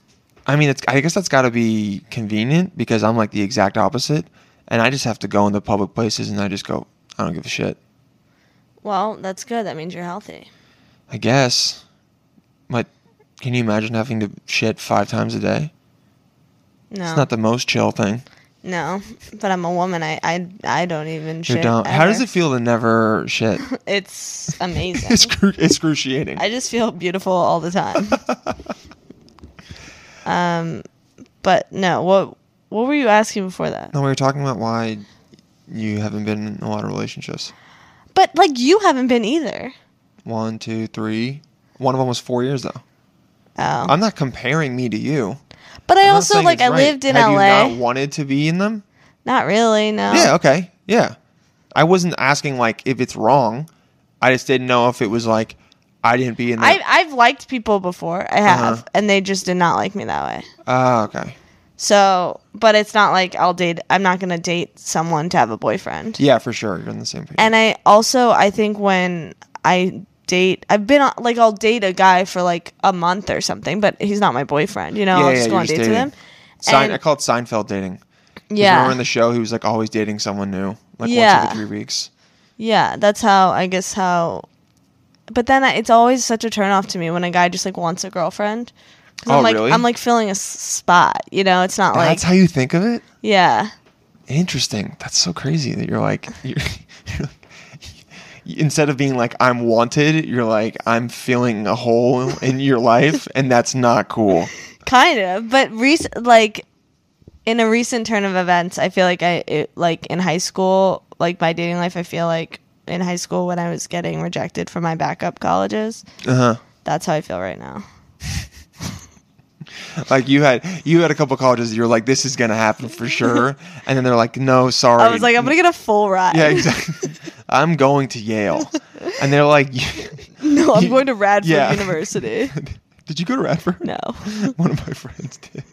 [SPEAKER 1] I mean, it's, I guess that's got to be convenient because I'm like the exact opposite, and I just have to go into public places and I just go, I don't give a shit.
[SPEAKER 6] Well, that's good. That means you're healthy.
[SPEAKER 1] I guess. My Can you imagine having to shit five times a day?
[SPEAKER 6] No.
[SPEAKER 1] It's not the most chill thing.
[SPEAKER 6] No, but I'm a woman. I I, I don't even
[SPEAKER 1] You're
[SPEAKER 6] shit.
[SPEAKER 1] down. How does
[SPEAKER 6] ever.
[SPEAKER 1] it feel to never shit?
[SPEAKER 6] It's amazing.
[SPEAKER 1] it's cru- excruciating.
[SPEAKER 6] I just feel beautiful all the time. um, but no. What what were you asking before that?
[SPEAKER 1] no, we were talking about why you haven't been in a lot of relationships.
[SPEAKER 6] But like you haven't been either.
[SPEAKER 1] One, two, three. One of them was four years though.
[SPEAKER 6] Oh,
[SPEAKER 1] I'm not comparing me to you.
[SPEAKER 6] but I
[SPEAKER 1] I'm not
[SPEAKER 6] also
[SPEAKER 1] saying
[SPEAKER 6] like
[SPEAKER 1] it's
[SPEAKER 6] I
[SPEAKER 1] right.
[SPEAKER 6] lived in Oh.
[SPEAKER 1] Have
[SPEAKER 6] LA.
[SPEAKER 1] You not wanted to be in them?
[SPEAKER 6] Not really. No.
[SPEAKER 1] Yeah. Okay. Yeah. I wasn't asking like if it's wrong. I just didn't know if it was like I didn't be in
[SPEAKER 6] I
[SPEAKER 1] that.
[SPEAKER 6] I've liked people before. I have,
[SPEAKER 1] Uh-huh.
[SPEAKER 6] and they just did not like me that way.
[SPEAKER 1] Ah. okay.
[SPEAKER 6] So, but it's not like I'll date. I'm not gonna date someone to have a boyfriend.
[SPEAKER 1] Yeah, for sure. You're on the same page.
[SPEAKER 6] And I also I think when I date, I've been on, like I'll date a guy for like a month or something, but he's not my boyfriend. You know,
[SPEAKER 1] Yeah,
[SPEAKER 6] I'll
[SPEAKER 1] yeah,
[SPEAKER 6] just go
[SPEAKER 1] you're
[SPEAKER 6] on
[SPEAKER 1] just
[SPEAKER 6] dates with
[SPEAKER 1] dating.
[SPEAKER 6] him.
[SPEAKER 1] Sein-
[SPEAKER 6] and-
[SPEAKER 1] I called Seinfeld dating. 'Cause
[SPEAKER 6] Yeah,
[SPEAKER 1] Remember in the show, he was like always dating someone new, like once
[SPEAKER 6] Yeah.
[SPEAKER 1] every three weeks.
[SPEAKER 6] yeah. That's how I guess how. But then I, it's always such a turnoff to me when a guy just like wants a girlfriend. 'Cause
[SPEAKER 1] Oh,
[SPEAKER 6] I'm like
[SPEAKER 1] really?
[SPEAKER 6] I'm like filling a s- spot. You know, it's not
[SPEAKER 1] That's
[SPEAKER 6] like
[SPEAKER 1] how you think of it.
[SPEAKER 6] yeah.
[SPEAKER 1] Interesting. That's so crazy that you're like, you're, you're like- instead of being like I'm wanted, you're like I'm filling a hole in your life, and that's not cool.
[SPEAKER 6] kind of but recent like in a recent turn of events i feel like i it, like in high school like my dating life i feel like in high school when i was getting rejected from my backup colleges
[SPEAKER 1] Uh huh.
[SPEAKER 6] that's how i feel right now
[SPEAKER 1] Like you had you had a couple colleges. You're like, this is gonna happen for sure, and then they're like, no, sorry.
[SPEAKER 6] i was like i'm gonna get a full ride
[SPEAKER 1] yeah, exactly. I'm going to Yale, and they're like,
[SPEAKER 6] no i'm going to radford
[SPEAKER 1] Yeah.
[SPEAKER 6] university
[SPEAKER 1] did you go to Radford?
[SPEAKER 6] no
[SPEAKER 1] One of my friends did.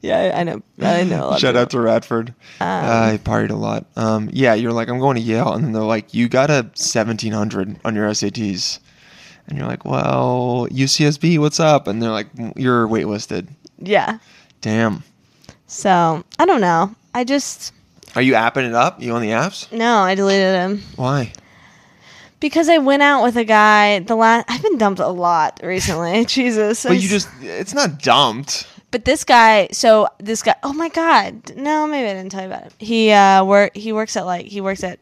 [SPEAKER 6] yeah i, I know i know a lot of
[SPEAKER 1] Shout
[SPEAKER 6] people.
[SPEAKER 1] out to Radford.
[SPEAKER 6] Um,
[SPEAKER 1] I partied a lot. Um, yeah, you're like, I'm going to Yale, and then they're like, you got a 1700 on your SATs, and you're like, well, UCSB, what's up? And they're like, you're waitlisted.
[SPEAKER 6] yeah
[SPEAKER 1] Damn.
[SPEAKER 6] so i don't know i just
[SPEAKER 1] Are you apping it up? You on the apps?
[SPEAKER 6] no i deleted him
[SPEAKER 1] Why?
[SPEAKER 6] because i went out with a guy the last i've been dumped a lot recently jesus I'm
[SPEAKER 1] But you just, it's not dumped.
[SPEAKER 6] But this guy, so this guy, oh my god, no, maybe I didn't tell you about him. He uh, work, he works at like he works at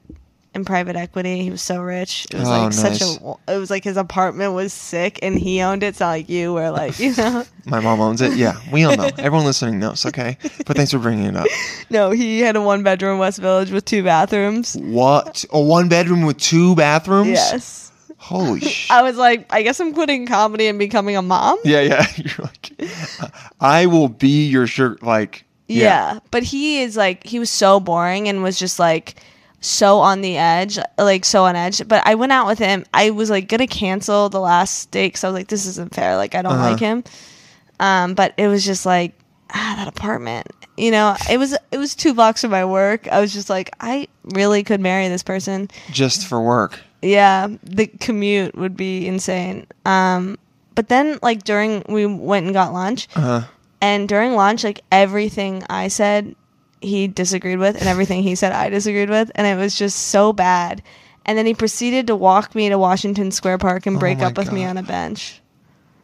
[SPEAKER 6] in private equity. He was so rich. It was
[SPEAKER 1] Oh,
[SPEAKER 6] like such
[SPEAKER 1] nice.
[SPEAKER 6] a. It was like his apartment was sick, and he owned it. It's not like you were like you know.
[SPEAKER 1] My mom owns it. Yeah, we all know. Everyone listening knows, okay? But thanks for bringing it up.
[SPEAKER 6] no, he had a one bedroom West Village with two bathrooms.
[SPEAKER 1] What? A one bedroom with two bathrooms?
[SPEAKER 6] Yes,
[SPEAKER 1] Holy shit.
[SPEAKER 6] I was like, I guess I'm quitting comedy and becoming a mom.
[SPEAKER 1] Yeah, yeah. You're like, I will be your shirt. Like,
[SPEAKER 6] Yeah. But he is like, he was so boring and was just like so on the edge, like so on edge. But I went out with him. I was like going to cancel the last date because I was like, this isn't fair. Like, I don't
[SPEAKER 1] Uh-huh.
[SPEAKER 6] like him. Um, but it was just like, ah, that apartment. You know, it was it was two blocks from my work. I was just like, I really could marry this person.
[SPEAKER 1] just for work.
[SPEAKER 6] Yeah, the commute would be insane. Um, but then like during we went and got lunch,
[SPEAKER 1] Uh,
[SPEAKER 6] and during lunch, like everything I said, he disagreed with, and everything he said, I disagreed with. And it was just so bad. And then he proceeded to walk me to Washington Square Park and break
[SPEAKER 1] Oh my
[SPEAKER 6] up with me
[SPEAKER 1] God.
[SPEAKER 6] on a bench.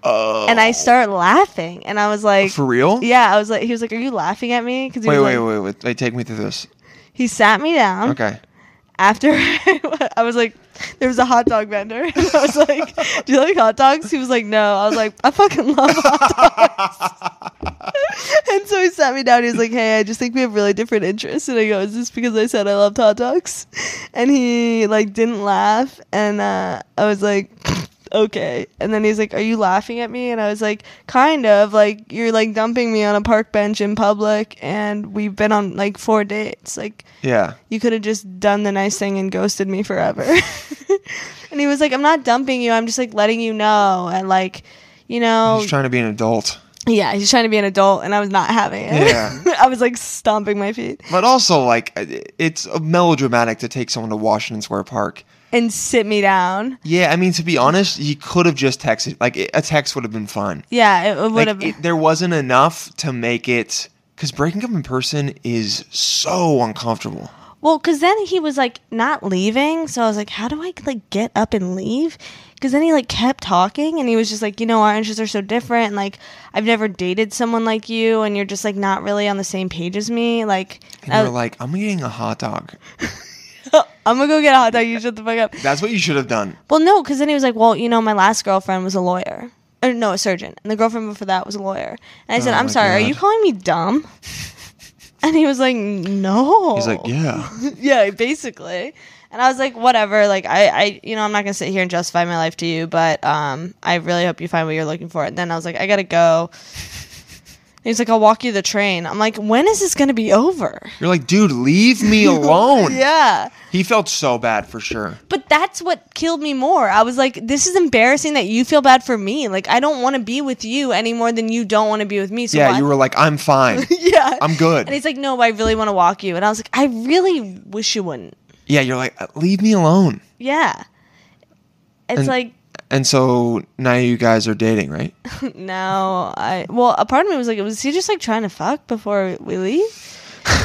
[SPEAKER 6] Oh. And I start laughing. And I was like,
[SPEAKER 1] for real?
[SPEAKER 6] Yeah, I was like, he was like, Are you laughing at me? Because he,
[SPEAKER 1] Wait,
[SPEAKER 6] was
[SPEAKER 1] wait,
[SPEAKER 6] like- Hmm?
[SPEAKER 1] wait, wait, wait. Take me through this.
[SPEAKER 6] he sat me down
[SPEAKER 1] Okay.
[SPEAKER 6] after I, was like, there was a hot dog vendor. And I was like, do you like hot dogs? He was like, no. I was like, I fucking love hot dogs. and so he sat me down. He was like, hey, I just think we have really different interests. And I go, is this because I said I loved hot dogs? And he like didn't laugh. And uh, I was like, okay. And then he's like, are you laughing at me? And I was like, kind of. Like, you're like dumping me on a park bench in public. And we've been on like four dates. Like,
[SPEAKER 1] Yeah.
[SPEAKER 6] you could have just done the nice thing and ghosted me forever. and he was like, I'm not dumping you. I'm just like letting you know. And like, you know,
[SPEAKER 1] He's trying to be an adult.
[SPEAKER 6] yeah, he's trying to be an adult and I was not having it.
[SPEAKER 1] Yeah.
[SPEAKER 6] I was like stomping my feet
[SPEAKER 1] But also, like, uh, it's melodramatic to take someone to Washington Square Park.
[SPEAKER 6] and sit me down.
[SPEAKER 1] Yeah, I mean, to be honest, he could have just texted. Like, a text would have been fine.
[SPEAKER 6] Yeah, it would
[SPEAKER 1] Like,
[SPEAKER 6] have.
[SPEAKER 1] it- there wasn't enough to make it. Because breaking up in person is so uncomfortable.
[SPEAKER 6] Well, because then he was like not leaving, so I was like, how do I like get up and leave? Because then he like kept talking, and he was just like, you know, our interests are so different, and like I've never dated someone like you, and you're just like not really on the same page as me. Like,
[SPEAKER 1] And
[SPEAKER 6] I-
[SPEAKER 1] you're like, I'm eating a hot dog.
[SPEAKER 6] I'm gonna go get a hot dog. You shut the fuck up.
[SPEAKER 1] That's what you should have done.
[SPEAKER 6] Well, no, because then he was like, well, you know, my last girlfriend was a lawyer. Or no, a surgeon. And the girlfriend before that was a lawyer. And I said,
[SPEAKER 1] Oh
[SPEAKER 6] I'm
[SPEAKER 1] my
[SPEAKER 6] sorry, are
[SPEAKER 1] God.
[SPEAKER 6] you calling me dumb? And he was like, no.
[SPEAKER 1] He's like, yeah.
[SPEAKER 6] yeah, basically. And I was like, whatever. Like, I, I, you know, I'm not gonna sit here and justify my life to you, but um, I really hope you find what you're looking for. And then I was like, I gotta go. And He's like, I'll walk you to the train. I'm like, when is this gonna be over?
[SPEAKER 1] You're like, dude, leave me alone.
[SPEAKER 6] Yeah.
[SPEAKER 1] He felt so bad for sure.
[SPEAKER 6] But that's what killed me more. I was like, this is embarrassing that you feel bad for me. Like, I don't want to be with you any more than you don't want to be with me. So
[SPEAKER 1] yeah,
[SPEAKER 6] why-
[SPEAKER 1] you were like, I'm fine.
[SPEAKER 6] yeah.
[SPEAKER 1] I'm good.
[SPEAKER 6] And he's like, no, I really want to walk you. And I was like, I really wish you wouldn't.
[SPEAKER 1] yeah, you're like, "Uh, leave me alone.
[SPEAKER 6] Yeah. It's
[SPEAKER 1] And-
[SPEAKER 6] like,
[SPEAKER 1] And so now you guys are dating, right?
[SPEAKER 6] no, I. Well, a part of me was like, was he just like trying to fuck before we leave?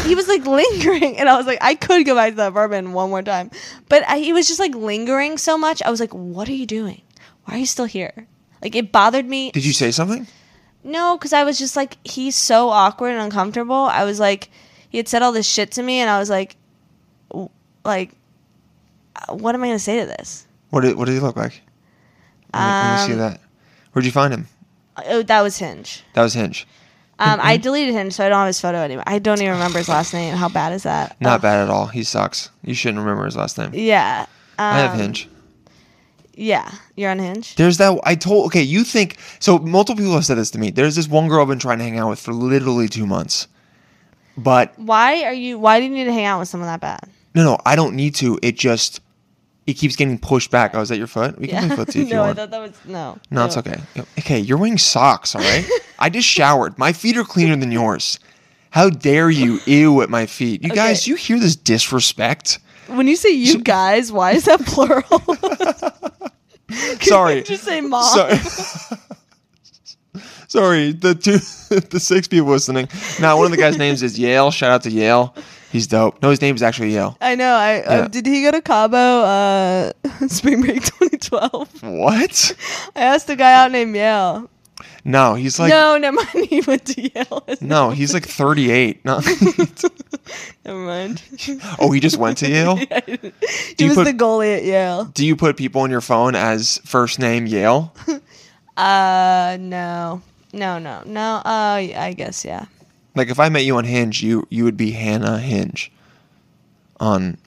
[SPEAKER 6] he was like lingering, and I was like, I could go back to the apartment one more time, but I, he was just like lingering so much. I was like, what are you doing? Why are you still here? Like it bothered me
[SPEAKER 1] Did you say something?
[SPEAKER 6] No, because I was just like, he's so awkward and uncomfortable. I was like, he had said all this shit to me, and I was like, w- like, uh, what am I gonna say to this?
[SPEAKER 1] What did, what did he look like? Let me- let me see
[SPEAKER 6] Um,
[SPEAKER 1] that. Where'd you find him?
[SPEAKER 6] Oh, that was Hinge.
[SPEAKER 1] That was Hinge.
[SPEAKER 6] Um,
[SPEAKER 1] Mm-hmm.
[SPEAKER 6] I deleted Hinge, so I don't have his photo anymore. I don't even remember his last name. How bad is that?
[SPEAKER 1] Not
[SPEAKER 6] Ugh.
[SPEAKER 1] bad at all. He sucks. You shouldn't remember his last name.
[SPEAKER 6] Yeah.
[SPEAKER 1] I have
[SPEAKER 6] um,
[SPEAKER 1] Hinge.
[SPEAKER 6] Yeah, you're on Hinge.
[SPEAKER 1] There's that I told okay, you think so multiple people have said this to me. There's this one girl I've been trying to hang out with for literally 2 months. But
[SPEAKER 6] Why are you? Why do you need to hang out with someone that bad?
[SPEAKER 1] no, no, I don't need to. It just it keeps getting pushed back. Oh, is that your foot? We can play footsie if you
[SPEAKER 6] no, I
[SPEAKER 1] want.
[SPEAKER 6] thought that was no.
[SPEAKER 1] no, it's okay. Okay, you're wearing socks, all right? I just showered. My feet are cleaner than yours. How dare you ew at my feet? You guys,
[SPEAKER 6] Okay.
[SPEAKER 1] you hear this disrespect?
[SPEAKER 6] When you say you guys, why is that plural?
[SPEAKER 1] Sorry.
[SPEAKER 6] Just say mom.
[SPEAKER 1] Sorry. Sorry, the two, the six people listening. Now, one of the guys' names is Yale. Shout out to Yale. He's dope. No, his name is actually Yale.
[SPEAKER 6] I know. I
[SPEAKER 1] Yeah.
[SPEAKER 6] uh, did he go to Cabo uh, spring break 2012?
[SPEAKER 1] What?
[SPEAKER 6] I asked a guy out named Yale.
[SPEAKER 1] No, he's like no,
[SPEAKER 6] no, never mind. He went to Yale.
[SPEAKER 1] he's like 38. No.
[SPEAKER 6] never mind.
[SPEAKER 1] oh, he just went to Yale.
[SPEAKER 6] He
[SPEAKER 1] you
[SPEAKER 6] was
[SPEAKER 1] put-
[SPEAKER 6] the goalie at Yale.
[SPEAKER 1] Do you put people on your phone as first name Yale?
[SPEAKER 6] Uh, no, no, no, no. Uh, I guess yeah.
[SPEAKER 1] Like if I met you on Hinge, you you would be Hannah Hinge on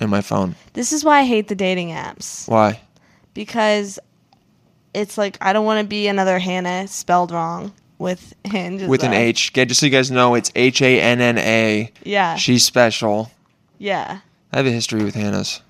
[SPEAKER 1] in my phone.
[SPEAKER 6] This is why I hate the dating apps
[SPEAKER 1] Why?
[SPEAKER 6] because it's like I don't want to be another Hannah spelled wrong with Hinge as
[SPEAKER 1] With an
[SPEAKER 6] well.
[SPEAKER 1] H. Yeah, just so you guys know, it's H A N N A.
[SPEAKER 6] Yeah,
[SPEAKER 1] She's special.
[SPEAKER 6] yeah.
[SPEAKER 1] I have a history with Hannah's.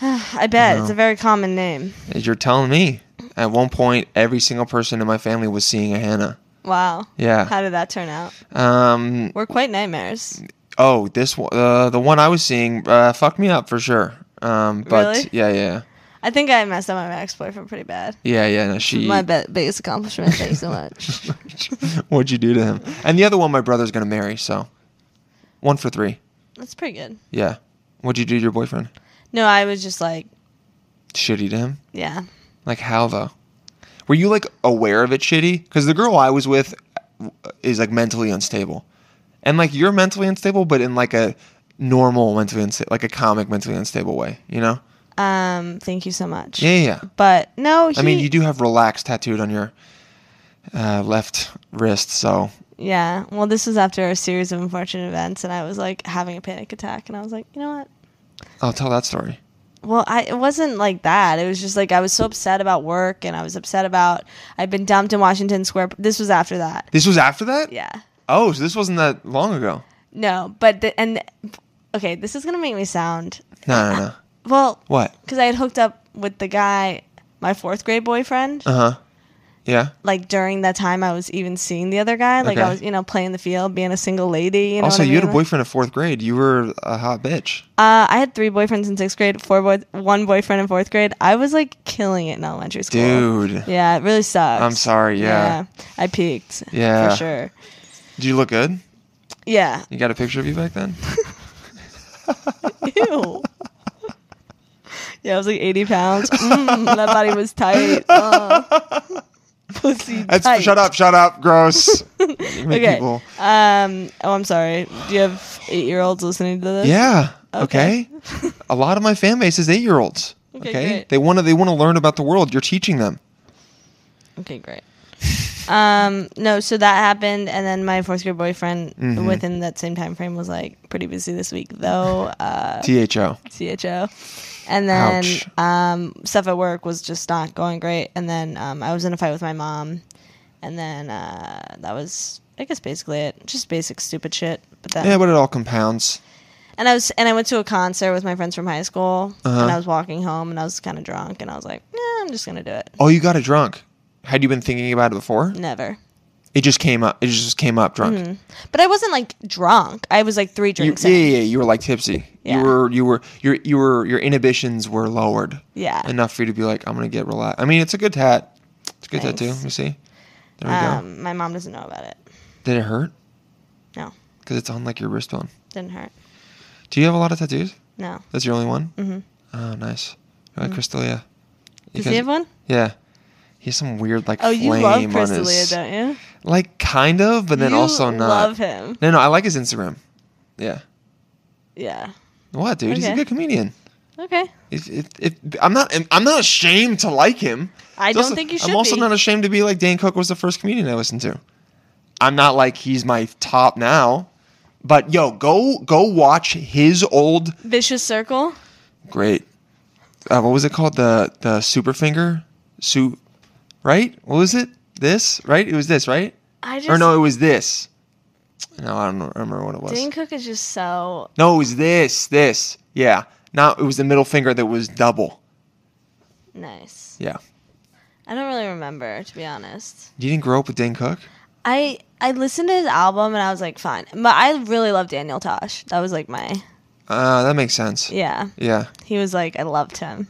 [SPEAKER 6] I bet it's
[SPEAKER 1] No.
[SPEAKER 6] a very common name.
[SPEAKER 1] As you're telling me, at one point, every single person in my family was seeing a Hannah.
[SPEAKER 6] Wow.
[SPEAKER 1] Yeah.
[SPEAKER 6] How did that turn out?
[SPEAKER 1] Um.
[SPEAKER 6] We're quite nightmares.
[SPEAKER 1] Oh, this one, uh, the one I was seeing, uh, fucked me up for sure. Um. But
[SPEAKER 6] Really?
[SPEAKER 1] yeah, yeah,
[SPEAKER 6] I think I messed up my ex boyfriend pretty bad.
[SPEAKER 1] yeah, yeah. No, she.
[SPEAKER 6] My be- biggest accomplishment. Thanks so much.
[SPEAKER 1] What'd you do to him? And the other one, my brother's gonna marry. So, one for three.
[SPEAKER 6] That's pretty good.
[SPEAKER 1] Yeah. What'd you do to your boyfriend?
[SPEAKER 6] No, I was just like,
[SPEAKER 1] Shitty to him.
[SPEAKER 6] yeah.
[SPEAKER 1] Like how though? Were you like aware of it shitty? Because the girl I was with uh, is like mentally unstable, and like you're mentally unstable, but in like a normal mentally unstable, like a comic mentally unstable way. You know?
[SPEAKER 6] Um, thank you so much.
[SPEAKER 1] Yeah, yeah. yeah.
[SPEAKER 6] But no, he,
[SPEAKER 1] I mean, you do have relax tattooed on your uh, left wrist, so
[SPEAKER 6] Yeah. Well, this was after a series of unfortunate events, and I was like having a panic attack, and I was like, you know what?
[SPEAKER 1] I'll tell that story.
[SPEAKER 6] Well, I, it wasn't like that. It was just like I was so upset about work, and I was upset about I'd been dumped in Washington Square. This was after that.
[SPEAKER 1] This was after that.
[SPEAKER 6] Yeah.
[SPEAKER 1] Oh, so this wasn't that long ago.
[SPEAKER 6] No, but the, and okay, this is gonna make me sound
[SPEAKER 1] No, no, no.
[SPEAKER 6] well
[SPEAKER 1] What?
[SPEAKER 6] because I had hooked up with the guy, my fourth grade boyfriend,
[SPEAKER 1] Uh huh. Yeah.
[SPEAKER 6] like during that time I was even seeing the other guy. Like I
[SPEAKER 1] Okay.
[SPEAKER 6] was, you know, playing the field, being a single lady. You know
[SPEAKER 1] also,
[SPEAKER 6] what I
[SPEAKER 1] you had a
[SPEAKER 6] mean?
[SPEAKER 1] boyfriend in fourth grade. You were a hot bitch.
[SPEAKER 6] Uh, I had three boyfriends in sixth grade, four boy- one boyfriend in fourth grade. I was like killing it in elementary school.
[SPEAKER 1] Dude.
[SPEAKER 6] Yeah, it really sucks.
[SPEAKER 1] I'm sorry, yeah.
[SPEAKER 6] I peaked.
[SPEAKER 1] Yeah.
[SPEAKER 6] For sure.
[SPEAKER 1] Do you look good?
[SPEAKER 6] Yeah.
[SPEAKER 1] You got a picture of you back then?
[SPEAKER 6] Ew. Yeah, I was like 80 pounds. Mm, that body was tight. Ugh. Pussy
[SPEAKER 1] That's
[SPEAKER 6] tight.
[SPEAKER 1] shut up, shut up, gross. You make
[SPEAKER 6] Okay.
[SPEAKER 1] people-
[SPEAKER 6] Um. Oh, I'm sorry. Do you have eight-year-olds listening to this?
[SPEAKER 1] Yeah. Okay.
[SPEAKER 6] Okay.
[SPEAKER 1] a lot of my fan base is eight year olds. Okay.
[SPEAKER 6] Okay, great.
[SPEAKER 1] They want to. They want to learn about the world. You're teaching them.
[SPEAKER 6] Okay, great. Um. No. So that happened, and then my fourth grade boyfriend,
[SPEAKER 1] Mm-hmm.
[SPEAKER 6] within that same time frame, was like pretty busy this week though. Uh,
[SPEAKER 1] Tho.
[SPEAKER 6] CHO. And then
[SPEAKER 1] Ouch.
[SPEAKER 6] um, stuff at work was just not going great. And then um, I was in a fight with my mom. And then uh, that was, I guess, basically it. Just basic stupid shit. But then,
[SPEAKER 1] Yeah, but it all compounds.
[SPEAKER 6] and I was, and I went to a concert with my friends from high school.
[SPEAKER 1] Uh-huh.
[SPEAKER 6] And I was walking home, and I was kind of drunk, and I was like, "Yeah, I'm just gonna do it."
[SPEAKER 1] Oh, you got it drunk. Had you been thinking about it before?
[SPEAKER 6] Never.
[SPEAKER 1] It just came up. It just came up drunk.
[SPEAKER 6] But I wasn't like drunk. I was like three
[SPEAKER 1] You,
[SPEAKER 6] drinks.
[SPEAKER 1] yeah,
[SPEAKER 6] in.
[SPEAKER 1] yeah, yeah. You were like tipsy. You
[SPEAKER 6] Yeah.
[SPEAKER 1] were. You were. Your. You were. Your inhibitions were lowered.
[SPEAKER 6] Yeah.
[SPEAKER 1] Enough for you to be like, I'm gonna get relaxed. I mean, it's a good tat. It's a good
[SPEAKER 6] Thanks.
[SPEAKER 1] tattoo. Let me see. There we go.
[SPEAKER 6] Um, my mom doesn't know about it.
[SPEAKER 1] Did it hurt?
[SPEAKER 6] No,
[SPEAKER 1] Because it's on like your wristbone.
[SPEAKER 6] didn't hurt.
[SPEAKER 1] Do you have a lot of tattoos?
[SPEAKER 6] No.
[SPEAKER 1] That's your only one? Mm-hmm. Oh, nice. You like Crystalia? You
[SPEAKER 6] Mm-hmm. Does
[SPEAKER 1] guys-
[SPEAKER 6] he have one?
[SPEAKER 1] Yeah. He has some weird, like,
[SPEAKER 6] Oh,
[SPEAKER 1] flame
[SPEAKER 6] you love
[SPEAKER 1] on
[SPEAKER 6] Chris
[SPEAKER 1] his...
[SPEAKER 6] D'Elia, don't you?
[SPEAKER 1] Like, kind of, but then
[SPEAKER 6] You
[SPEAKER 1] also not.
[SPEAKER 6] Love him.
[SPEAKER 1] No, no, I like his Instagram. Yeah.
[SPEAKER 6] Yeah.
[SPEAKER 1] What, dude? He's a
[SPEAKER 6] Okay.
[SPEAKER 1] good comedian.
[SPEAKER 6] Okay.
[SPEAKER 1] If, if, if, I'm not I'm not ashamed to like him.
[SPEAKER 6] I
[SPEAKER 1] It's
[SPEAKER 6] don't
[SPEAKER 1] also-
[SPEAKER 6] think you
[SPEAKER 1] I'm
[SPEAKER 6] should
[SPEAKER 1] also
[SPEAKER 6] be.
[SPEAKER 1] not ashamed to be like Dan Cook was the first comedian I listened to. I'm not like he's my top now, but yo, go go watch his old
[SPEAKER 6] Vicious circle.
[SPEAKER 1] Great. Uh, what was it called? The the super finger, Su- right? What was it? This, right? It was this, right?
[SPEAKER 6] I just
[SPEAKER 1] Or no, it was this. No, I don't know- I don't remember what it was.
[SPEAKER 6] Dane Cook is just so
[SPEAKER 1] No, it was this, this. Yeah. Now it was the middle finger that was double.
[SPEAKER 6] nice.
[SPEAKER 1] Yeah.
[SPEAKER 6] I don't really remember to be honest.
[SPEAKER 1] You didn't grow up with Dane Cook?
[SPEAKER 6] I I listened to his album and I was like fine. But I really love Daniel Tosh. That was like my
[SPEAKER 1] Uh, that makes sense.
[SPEAKER 6] yeah.
[SPEAKER 1] Yeah.
[SPEAKER 6] He was like I loved him.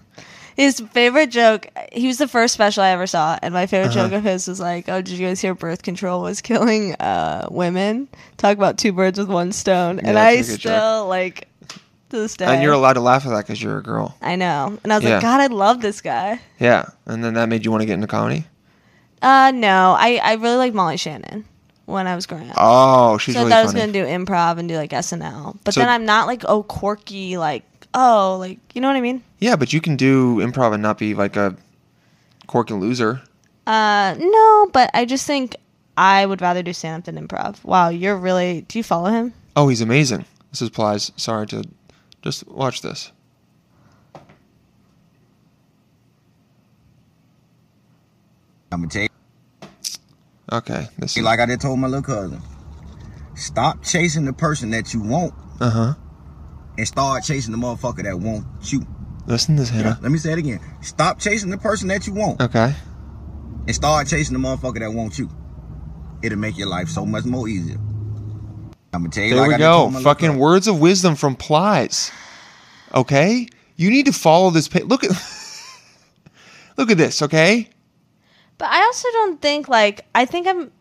[SPEAKER 6] His favorite joke. He was the first special I ever saw, and my favorite
[SPEAKER 1] Uh-huh.
[SPEAKER 6] joke of his was like, "Oh, did you guys hear birth control was killing uh, women? Talk about two birds with one stone."
[SPEAKER 1] Yeah,
[SPEAKER 6] and
[SPEAKER 1] that's
[SPEAKER 6] I
[SPEAKER 1] a good joke.
[SPEAKER 6] still like to this day.
[SPEAKER 1] And you're allowed to laugh at that because you're a girl.
[SPEAKER 6] I know. And I was
[SPEAKER 1] Yeah.
[SPEAKER 6] like, God, I love this guy.
[SPEAKER 1] Yeah. And then that made you want to get into comedy?
[SPEAKER 6] Uh, no, I, I really like Molly Shannon when I was growing up.
[SPEAKER 1] Oh, she's
[SPEAKER 6] so I
[SPEAKER 1] really
[SPEAKER 6] thought I
[SPEAKER 1] funny.
[SPEAKER 6] was gonna do improv and do like SNL, but
[SPEAKER 1] So-
[SPEAKER 6] then I'm not like oh quirky like oh like you know what I mean?
[SPEAKER 1] yeah, but you can do improv and not be like a cork and loser.
[SPEAKER 6] Uh, no, but I just think I would rather do stand up than improv. Wow, you're really do you follow him?
[SPEAKER 1] Oh, he's amazing. This is Plies. Sorry to just watch this.
[SPEAKER 7] I'm gonna tell you
[SPEAKER 1] Okay, this is
[SPEAKER 7] like I just told my little cousin. Stop chasing the person that you want
[SPEAKER 1] uh huh.
[SPEAKER 7] and start chasing the motherfucker that want you. Uh,
[SPEAKER 1] Listen to this, Hannah.
[SPEAKER 7] Let me say it again. Stop chasing the person that you want
[SPEAKER 1] Okay.
[SPEAKER 7] and start chasing the motherfucker that wants you. It'll make your life so much more easier. I'm gonna tell you
[SPEAKER 1] There
[SPEAKER 7] like
[SPEAKER 1] we
[SPEAKER 7] I done
[SPEAKER 1] go.
[SPEAKER 7] told my little
[SPEAKER 1] Fucking
[SPEAKER 7] cousin.
[SPEAKER 1] words of wisdom from Plies. Okay, you need to follow this. Pa- look at, look at this. Okay.
[SPEAKER 6] But I also don't think like I think I'm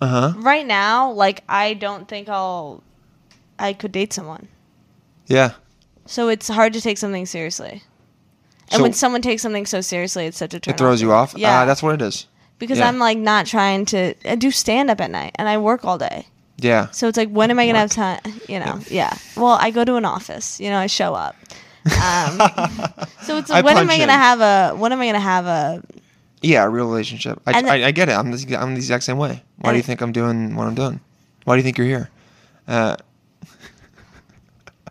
[SPEAKER 1] Uh huh.
[SPEAKER 6] right now like I don't think I'll I could date someone.
[SPEAKER 1] Yeah.
[SPEAKER 6] So it's hard to take something seriously. And
[SPEAKER 1] So-
[SPEAKER 6] when someone takes something so seriously, it's such a turn
[SPEAKER 1] It throws you off.
[SPEAKER 6] Yeah,
[SPEAKER 1] Uh, that's what it is.
[SPEAKER 6] because
[SPEAKER 1] yeah.
[SPEAKER 6] I'm like not trying to I do stand up at night and I work all day.
[SPEAKER 1] Yeah.
[SPEAKER 6] So it's like, when am I gonna have time? You know, yeah. Well, I go to an office. You know, I show up. Um, so it's
[SPEAKER 1] I
[SPEAKER 6] when am
[SPEAKER 1] punch
[SPEAKER 6] I
[SPEAKER 1] in.
[SPEAKER 6] gonna have a? When am I gonna have a?
[SPEAKER 1] Yeah. A real relationship. I,
[SPEAKER 6] And the-
[SPEAKER 1] I, I get it. I'm the, I'm the exact same way. Why do
[SPEAKER 6] And-
[SPEAKER 1] you think I'm doing what I'm doing? Why do you think you're here? Uh,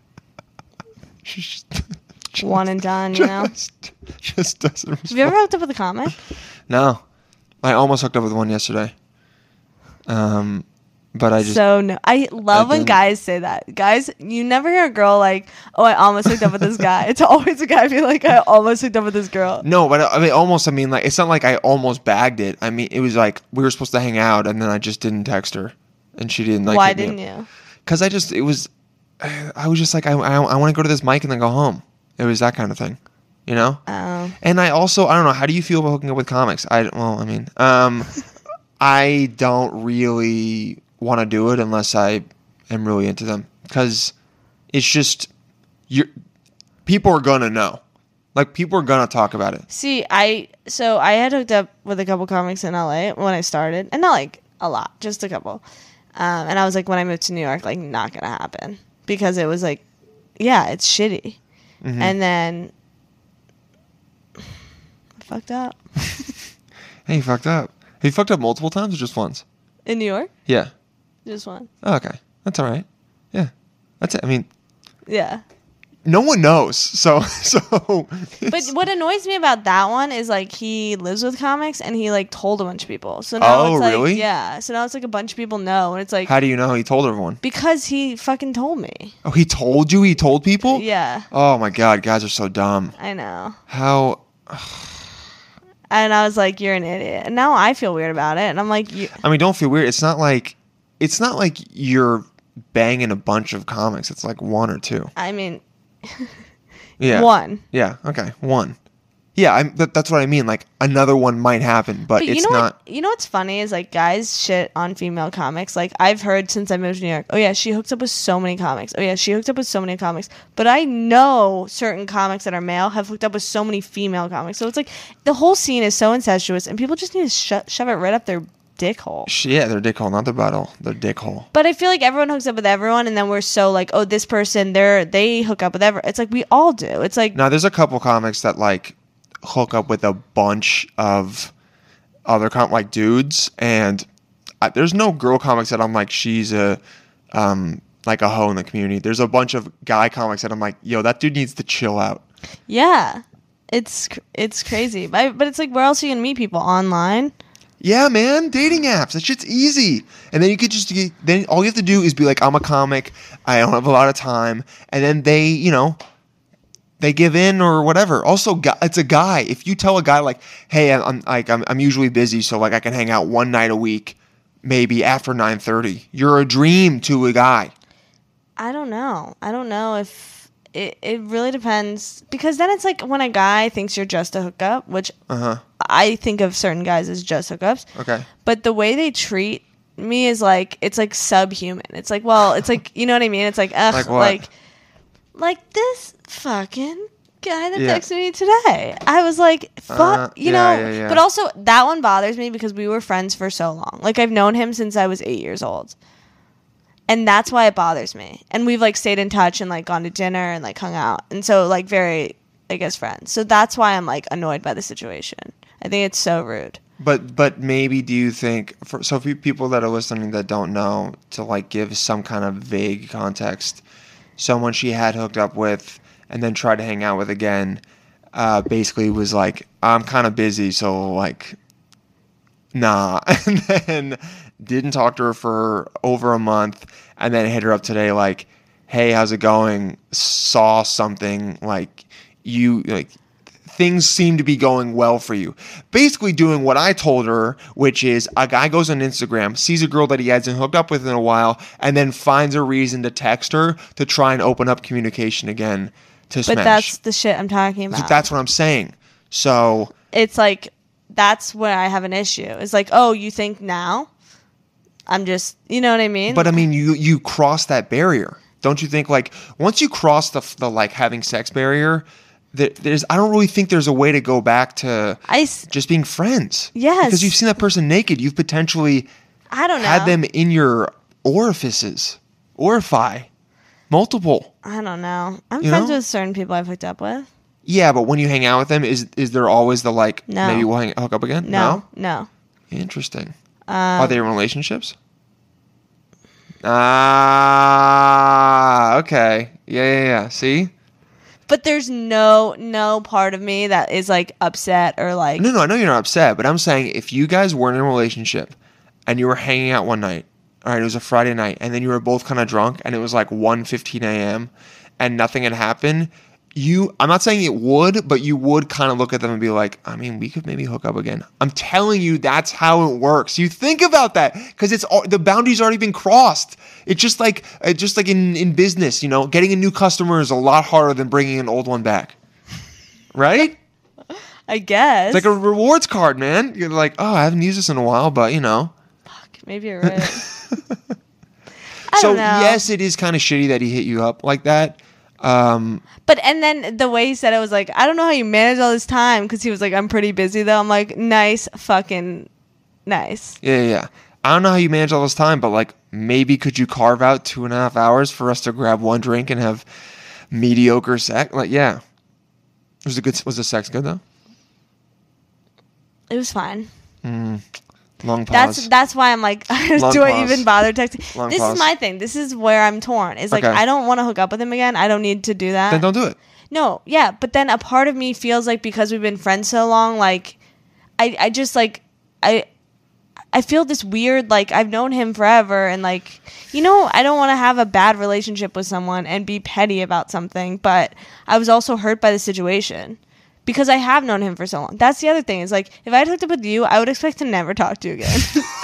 [SPEAKER 6] One and done. You know.
[SPEAKER 1] just, just doesn't.
[SPEAKER 6] Have you ever hooked up with a comic?
[SPEAKER 1] No, I almost hooked up with one yesterday. Um, but I just
[SPEAKER 6] so no, I love
[SPEAKER 1] I
[SPEAKER 6] when
[SPEAKER 1] didn't.
[SPEAKER 6] guys say that. Guys, you never hear a girl like, "Oh, I almost hooked up with this guy." It's always a guy being like, "I almost hooked up with this girl."
[SPEAKER 1] no, but uh, I I mean almost. I mean like it's not like I almost bagged it. I mean it was like we were supposed to hang out, and then I just didn't text her, and she didn't. Like,
[SPEAKER 6] Why didn't you?
[SPEAKER 1] Because I just it was, I was just like I I, I want to go to this mic and then go home. It was that kind of thing, you know.
[SPEAKER 6] Oh,
[SPEAKER 1] And I also I don't know how do you feel about hooking up with comics? I well I mean um, I don't really want to do it unless I am really into them because it's just you people are gonna know. Like people are gonna talk about it.
[SPEAKER 6] See, I so I had hooked up with a couple comics in LA when I started, and not like a lot, just a couple. Um, and I was like, when I moved to New York, like not gonna happen because it was like, yeah, it's shitty.
[SPEAKER 1] Mm-hmm.
[SPEAKER 6] And then I fucked up
[SPEAKER 1] Hey, you fucked up. Have you fucked up multiple times or just once?
[SPEAKER 6] in New York.
[SPEAKER 1] Yeah.
[SPEAKER 6] Just one.
[SPEAKER 1] Oh, okay. That's all right. Yeah. That's it. I mean,
[SPEAKER 6] Yeah.
[SPEAKER 1] no one knows. So so
[SPEAKER 6] But what annoys me about that one is like he lives with comics and he like told a bunch of people. So now
[SPEAKER 1] Oh,
[SPEAKER 6] it's like
[SPEAKER 1] really?
[SPEAKER 6] yeah. So now it's like a bunch of people know and it's like
[SPEAKER 1] how do you know he told everyone?
[SPEAKER 6] because he fucking told me.
[SPEAKER 1] Oh, he told you he told people?
[SPEAKER 6] Yeah.
[SPEAKER 1] Oh my god, guys are so dumb.
[SPEAKER 6] I know.
[SPEAKER 1] How
[SPEAKER 6] And I was like, "You're an idiot." And now I feel weird about it. And I'm like, you,
[SPEAKER 1] I mean, don't feel weird. It's not like it's not like you're banging a bunch of comics. It's like one or two.
[SPEAKER 6] I mean,
[SPEAKER 1] Yeah.
[SPEAKER 6] one.
[SPEAKER 1] Yeah. Okay. One. Yeah. I'm, that, that's what I mean. Like another one might happen, but,
[SPEAKER 6] But you
[SPEAKER 1] it's
[SPEAKER 6] know
[SPEAKER 1] not.
[SPEAKER 6] what? You know what's funny is like guys shit on female comics. Like I've heard since I moved to New York. Oh yeah, she hooked up with so many comics. Oh yeah, she hooked up with so many comics. But I know certain comics that are male have hooked up with so many female comics. So it's like the whole scene is so incestuous, and people just need to sho- shove it right up their dick hole.
[SPEAKER 1] Sh Yeah, their dick hole, not their butthole. Their dick hole.
[SPEAKER 6] But I feel like everyone hooks up with everyone, and then we're so like, oh, this person, they're they hook up with ever. It's like we all do. It's like
[SPEAKER 1] Now, there's a couple comics that like hook up with a bunch of other com- like dudes, and I, there's no girl comics that I'm like she's a um like a hoe in the community. There's a bunch of guy comics that I'm like, yo, that dude needs to chill out.
[SPEAKER 6] Yeah, it's cr- it's crazy, but I- but it's like where else are you gonna meet people online?
[SPEAKER 1] Yeah, man, dating apps. That shit's easy. And then you could just get, then all you have to do is be like, I'm a comic. I don't have a lot of time. And then they, you know, they give in or whatever. Also, gu- it's a guy. If you tell a guy like, "Hey, I'm, I'm like I'm, I'm usually busy, so like I can hang out one night a week, maybe after 9:30," you're a dream to a guy.
[SPEAKER 6] I don't know. I don't know if it it really depends because then it's like when a guy thinks you're just a hookup, which I think of certain guys as just hookups.
[SPEAKER 1] Okay.
[SPEAKER 6] but the way they treat me is like it's like subhuman. It's like well, it's like you know what I mean. It's like ugh,
[SPEAKER 1] Like
[SPEAKER 6] like
[SPEAKER 1] what?
[SPEAKER 6] like, this fucking guy that
[SPEAKER 1] Yeah.
[SPEAKER 6] texted me today. I was like, fuck,
[SPEAKER 1] Uh,
[SPEAKER 6] you
[SPEAKER 1] yeah,
[SPEAKER 6] know.
[SPEAKER 1] yeah, yeah.
[SPEAKER 6] But also that one bothers me because we were friends for so long. Like I've known him since I was eight years old. And that's why it bothers me. And we've like stayed in touch and like gone to dinner and like hung out. And so like very I guess friends. So that's why I'm like annoyed by the situation. I think it's so rude.
[SPEAKER 1] But but maybe do you think for so for people that are listening that don't know to like give some kind of vague context, someone she had hooked up with and then tried to hang out with again, uh, basically was like, I'm kind of busy, so like, nah, and then didn't talk to her for over a month, and then hit her up today like, hey, how's it going? Saw something like you like things seem to be going well for you. Basically, doing what I told her, which is a guy goes on Instagram, sees a girl that he hasn't hooked up with in a while, and then finds a reason to text her to try and open up communication again to
[SPEAKER 6] But
[SPEAKER 1] smash.
[SPEAKER 6] that's the shit I'm talking about.
[SPEAKER 1] that's what I'm saying. So
[SPEAKER 6] it's like that's where I have an issue. It's like, oh, you think now? I'm just, you know what I mean?
[SPEAKER 1] But um, I mean, you you cross that barrier, don't you think? Like once you cross the the like having sex barrier, there, there's I don't really think there's a way to go back to
[SPEAKER 6] I, s-
[SPEAKER 1] just being friends.
[SPEAKER 6] Yes.
[SPEAKER 1] because you've seen that person naked, you've potentially
[SPEAKER 6] I don't know.
[SPEAKER 1] had them in your orifices, orify, multiple.
[SPEAKER 6] I don't know. I'm
[SPEAKER 1] You
[SPEAKER 6] friends
[SPEAKER 1] know?
[SPEAKER 6] with certain people I've hooked up with.
[SPEAKER 1] Yeah, but when you hang out with them, is is there always the like
[SPEAKER 6] No.
[SPEAKER 1] maybe we'll hang, hook up again?
[SPEAKER 6] No, no.
[SPEAKER 1] No? interesting. Are they in relationships? Ah, okay. Yeah, yeah, yeah. See,
[SPEAKER 6] But there's no, no part of me that is like upset or like,
[SPEAKER 1] No, no, I know you're not upset, but I'm saying if you guys weren't in a relationship and you were hanging out one night, all right, it was a Friday night, and then you were both kind of drunk, and it was like 1.15 a.m., and nothing had happened, you, I'm not saying it would, but you would kind of look at them and be like, I mean, we could maybe hook up again. I'm telling you, that's how it works. You think about that because it's al- the boundary's already been crossed. It's just like, it's just like in, in business, you know, getting a new customer is a lot harder than bringing an old one back, right?
[SPEAKER 6] I guess.
[SPEAKER 1] It's like a rewards card, man. You're like, oh, I haven't used this in a while, but you know.
[SPEAKER 6] Maybe you're right. I
[SPEAKER 1] so
[SPEAKER 6] don't know.
[SPEAKER 1] yes, it is kind of shitty that he hit you up like that. Um,
[SPEAKER 6] But and then the way he said it was like, I don't know how you manage all this time because he was like, I'm pretty busy though. I'm like, nice fucking nice.
[SPEAKER 1] yeah, yeah, yeah. I don't know how you manage all this time, but like maybe could you carve out two and a half hours for us to grab one drink and have mediocre sex? Like, yeah. Was the good? Was the sex good though?
[SPEAKER 6] It was fine.
[SPEAKER 1] Long pause.
[SPEAKER 6] That's that's why I'm like,
[SPEAKER 1] Long
[SPEAKER 6] do I
[SPEAKER 1] pause.
[SPEAKER 6] even bother texting?
[SPEAKER 1] Long
[SPEAKER 6] this
[SPEAKER 1] pause.
[SPEAKER 6] is my thing. This is where I'm torn. It's like
[SPEAKER 1] Okay.
[SPEAKER 6] I don't want to hook up with him again. I don't need to do that.
[SPEAKER 1] then don't do it.
[SPEAKER 6] No, yeah, but then a part of me feels like because we've been friends so long, like I, I just like I I feel this weird like I've known him forever and like you know, I don't want to have a bad relationship with someone and be petty about something, but I was also hurt by the situation because I have known him for so long. That's the other thing is like if I had hooked up with you, I would expect to never talk to you again.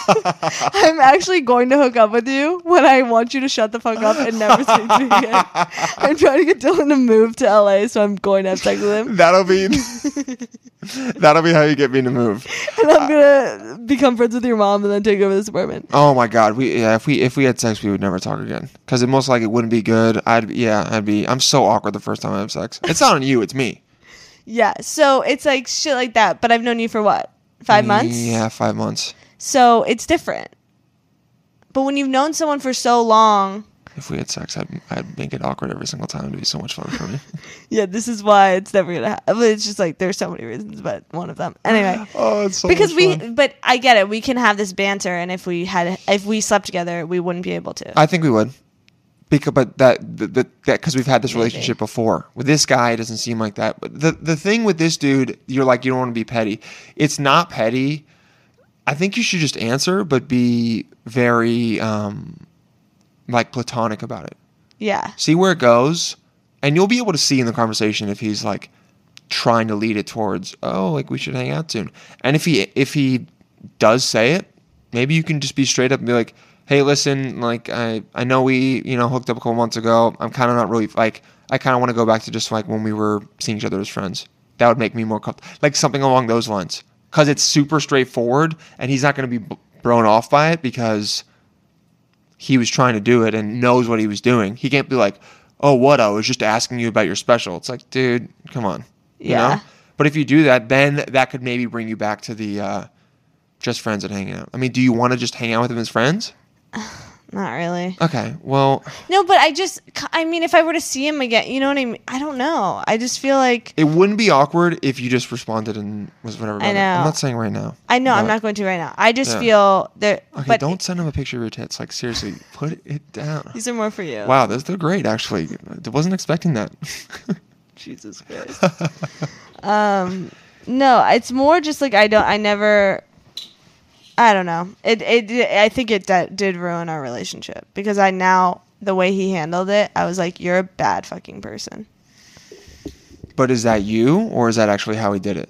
[SPEAKER 6] I'm actually going to hook up with you when I want you to shut the fuck up and never speak to me again. I'm trying to get Dylan to move to LA, so I'm going to have sex with him,
[SPEAKER 1] That'll be. that'll be how you get me to move.
[SPEAKER 6] and I'm gonna become friends with your mom and then take over this apartment.
[SPEAKER 1] Oh my god, we yeah, if we if we had sex, we would never talk again. Because it most likely it wouldn't be good. I'd yeah, I'd be. I'm so awkward the first time I have sex. It's not on you, it's me.
[SPEAKER 6] Yeah, so it's like shit like that. But I've known you for what five months?
[SPEAKER 1] Yeah, five months.
[SPEAKER 6] So it's different. But when you've known someone for so long,
[SPEAKER 1] If we had sex, I'd I'd make it awkward every single time. It'd be so much fun for me.
[SPEAKER 6] yeah, this is why it's never gonna happen. It's just like there's so many reasons, but one of them anyway.
[SPEAKER 1] oh, it's so
[SPEAKER 6] because
[SPEAKER 1] much
[SPEAKER 6] we
[SPEAKER 1] fun.
[SPEAKER 6] but i get it we can have this banter and if we had if we slept together we wouldn't be able to
[SPEAKER 1] I think we would. Because, but that the, the, that because we've had this relationship before with this guy, it doesn't seem like that. But the the thing with this dude, you're like you don't want to be petty. It's not petty. I think you should just answer, but be very um, like platonic about it.
[SPEAKER 6] yeah
[SPEAKER 1] See where it goes, and you'll be able to see in the conversation if he's like trying to lead it towards oh, like we should hang out soon. And if he if he does say it, maybe you can just be straight up and be like, hey, listen, like I I know we you know hooked up a couple months ago. I'm kind of not really like I kind of want to go back to just like when we were seeing each other as friends. That would make me more comfortable, like something along those lines, because it's super straightforward, and he's not going to be b- blown off by it because he was trying to do it and knows what he was doing. He can't be like, "Oh, what? I was just asking you about your special." It's like, dude, come on. You
[SPEAKER 6] Yeah.
[SPEAKER 1] Know? But if you do that, then that could maybe bring you back to the uh, just friends and hanging out. I mean, do you want to just hang out with him as friends?
[SPEAKER 6] not really
[SPEAKER 1] Okay. Well,
[SPEAKER 6] no but i just i mean if i were to see him again you know what i mean i don't know i just feel like
[SPEAKER 1] it wouldn't be awkward if you just responded and was whatever. about it. I'm
[SPEAKER 6] know.
[SPEAKER 1] not saying right now.
[SPEAKER 6] i know i'm
[SPEAKER 1] but-
[SPEAKER 6] not going to right now i just
[SPEAKER 1] Yeah.
[SPEAKER 6] feel that
[SPEAKER 1] Okay,
[SPEAKER 6] but
[SPEAKER 1] don't send him a picture of your tits. Like seriously, put it down.
[SPEAKER 6] these are more for you
[SPEAKER 1] Wow, those they're great actually. I wasn't expecting that.
[SPEAKER 6] jesus christ um no it's more just like i don't i never i don't know it it i think it di- did ruin our relationship because i now the way he handled it i was like you're a bad fucking person
[SPEAKER 1] but is that you or is that actually how he did it?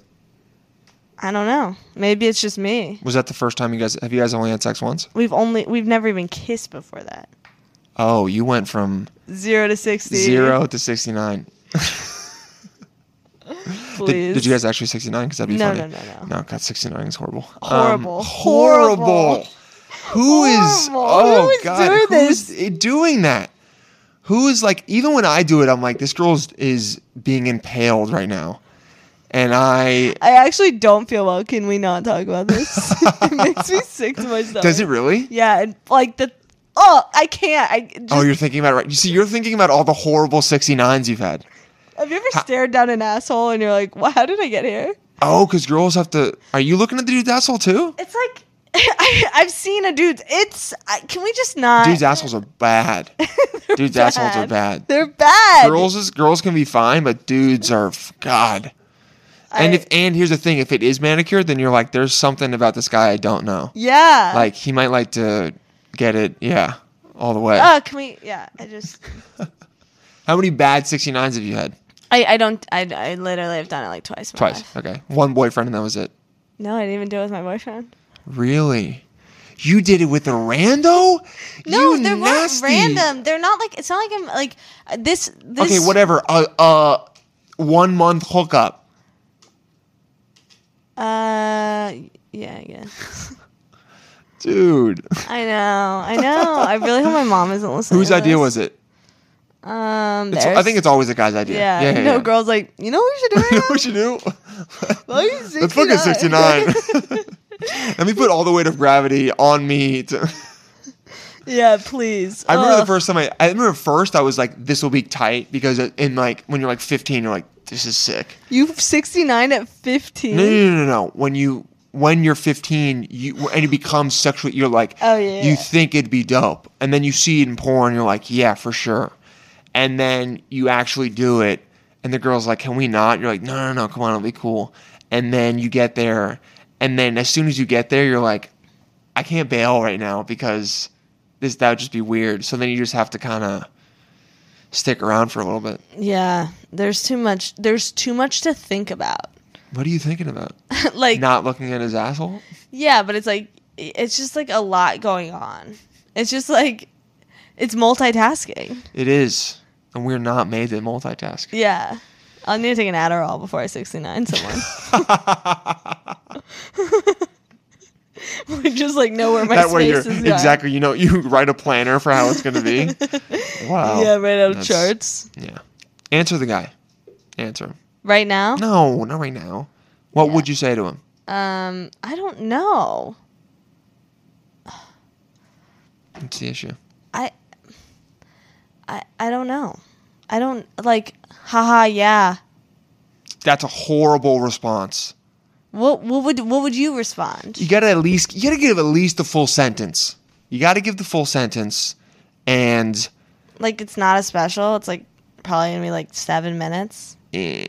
[SPEAKER 6] I don't know. Maybe it's just me.
[SPEAKER 1] Was that the first time you guys have you guys only had sex once?
[SPEAKER 6] We've only we've never even kissed before that.
[SPEAKER 1] Oh, you went from
[SPEAKER 6] Zero to sixty.
[SPEAKER 1] zero to sixty nine.
[SPEAKER 6] Please.
[SPEAKER 1] Did, did you guys actually sixty nine? Because that'd be
[SPEAKER 6] No,
[SPEAKER 1] funny.
[SPEAKER 6] no, no,
[SPEAKER 1] no. God, sixty nine is horrible. Um,
[SPEAKER 6] Horrible.
[SPEAKER 1] horrible.
[SPEAKER 6] Horrible.
[SPEAKER 1] Who is?
[SPEAKER 6] Horrible.
[SPEAKER 1] Oh
[SPEAKER 6] Who is
[SPEAKER 1] God,
[SPEAKER 6] doing
[SPEAKER 1] who's eh, doing that? Who is like? Even when I do it, I'm like, this girl is, is being impaled right now, and I.
[SPEAKER 6] I actually don't feel well. Can we not talk about this? it makes me sick to my stomach.
[SPEAKER 1] Does it really?
[SPEAKER 6] Yeah, and like the oh, I can't. I just,
[SPEAKER 1] Oh, you're thinking about it right. You see, you're thinking about all the horrible 69s you've had.
[SPEAKER 6] have you ever stared down an asshole and you're like, well, how did I get here?
[SPEAKER 1] Oh, because girls have to. Are you looking at the dude's asshole too?
[SPEAKER 6] It's like I, I've seen a dude. It's I, can we just not?
[SPEAKER 1] Dude's assholes are bad. Dude's assholes are bad.
[SPEAKER 6] They're bad.
[SPEAKER 1] Girls is girls can be fine, but dudes are f- God. And
[SPEAKER 6] I-
[SPEAKER 1] if and here's the thing, if it is manicured, then you're like, there's something about this guy I don't know.
[SPEAKER 6] yeah.
[SPEAKER 1] Like he might like to get it, yeah, all the way.
[SPEAKER 6] oh, can we? Yeah, I just.
[SPEAKER 1] How many bad 69s have you had?
[SPEAKER 6] I, I don't I, I literally have done it like twice. in my
[SPEAKER 1] Twice.
[SPEAKER 6] life.
[SPEAKER 1] Okay, one boyfriend, and that was it.
[SPEAKER 6] No, I didn't even do it with my boyfriend.
[SPEAKER 1] Really? You did it with a rando?
[SPEAKER 6] No,
[SPEAKER 1] you
[SPEAKER 6] they're
[SPEAKER 1] nasty.
[SPEAKER 6] not random. They're not like it's not like I'm like uh, this. this
[SPEAKER 1] Okay, whatever. Uh, uh, one month hookup.
[SPEAKER 6] Uh, yeah, I guess.
[SPEAKER 1] Dude,
[SPEAKER 6] I know, I know. I really hope my mom isn't listening.
[SPEAKER 1] whose
[SPEAKER 6] to
[SPEAKER 1] idea
[SPEAKER 6] this.
[SPEAKER 1] was it?
[SPEAKER 6] Um,
[SPEAKER 1] It's,
[SPEAKER 6] there's-
[SPEAKER 1] I think it's always a guy's idea.
[SPEAKER 6] yeah.
[SPEAKER 1] Yeah.
[SPEAKER 6] no, girls like you know what we should do.
[SPEAKER 1] you know
[SPEAKER 6] right
[SPEAKER 1] what
[SPEAKER 6] now?
[SPEAKER 1] you do?
[SPEAKER 6] Well, he's
[SPEAKER 1] Let's look at 69.
[SPEAKER 6] 69.
[SPEAKER 1] Let me put all the weight of gravity on me. To,
[SPEAKER 6] yeah, please.
[SPEAKER 1] I remember the
[SPEAKER 6] Ugh.
[SPEAKER 1] first time I, I remember first I was like, this will be tight because in like, when you're like 15, you're like, this is sick.
[SPEAKER 6] You 69 at 15.
[SPEAKER 1] No, no, no, no, no. When you, when you're 15, you, and you become sexual, you're like,
[SPEAKER 6] Oh, yeah.
[SPEAKER 1] you think it'd be dope. And then you see it in porn, you're like, yeah, for sure. And then you actually do it, and the girl's like, can we not? You're like, no, no, no, come on, it'll be cool. And then you get there, and then as soon as you get there, you're like, I can't bail right now because this that would just be weird. So then you just have to kind of stick around for a little bit.
[SPEAKER 6] Yeah, there's too much. There's too much to think about.
[SPEAKER 1] What are you thinking about?
[SPEAKER 6] like,
[SPEAKER 1] Not looking at his asshole?
[SPEAKER 6] yeah, but it's like it's just like a lot going on. It's just like it's multitasking.
[SPEAKER 1] It is. And we're not made to multitask.
[SPEAKER 6] Yeah. I'll need to take an Adderall before I 69 someone. we just like know where my
[SPEAKER 1] that
[SPEAKER 6] space
[SPEAKER 1] way you're
[SPEAKER 6] is going.
[SPEAKER 1] exactly you know you write a planner for how it's going to be wow
[SPEAKER 6] Yeah, right out of
[SPEAKER 1] That's-
[SPEAKER 6] charts.
[SPEAKER 1] yeah answer the guy answer him
[SPEAKER 6] Right now?
[SPEAKER 1] no not right now what would you say to him
[SPEAKER 6] Um, I don't know.
[SPEAKER 1] that's the issue
[SPEAKER 6] I I I don't know. I don't like haha yeah.
[SPEAKER 1] that's a horrible response
[SPEAKER 6] What what would what would you respond?
[SPEAKER 1] you gotta at least you gotta give at least the full sentence you gotta give the full sentence and
[SPEAKER 6] Like it's not a special. It's like probably gonna be like seven minutes.
[SPEAKER 1] eh,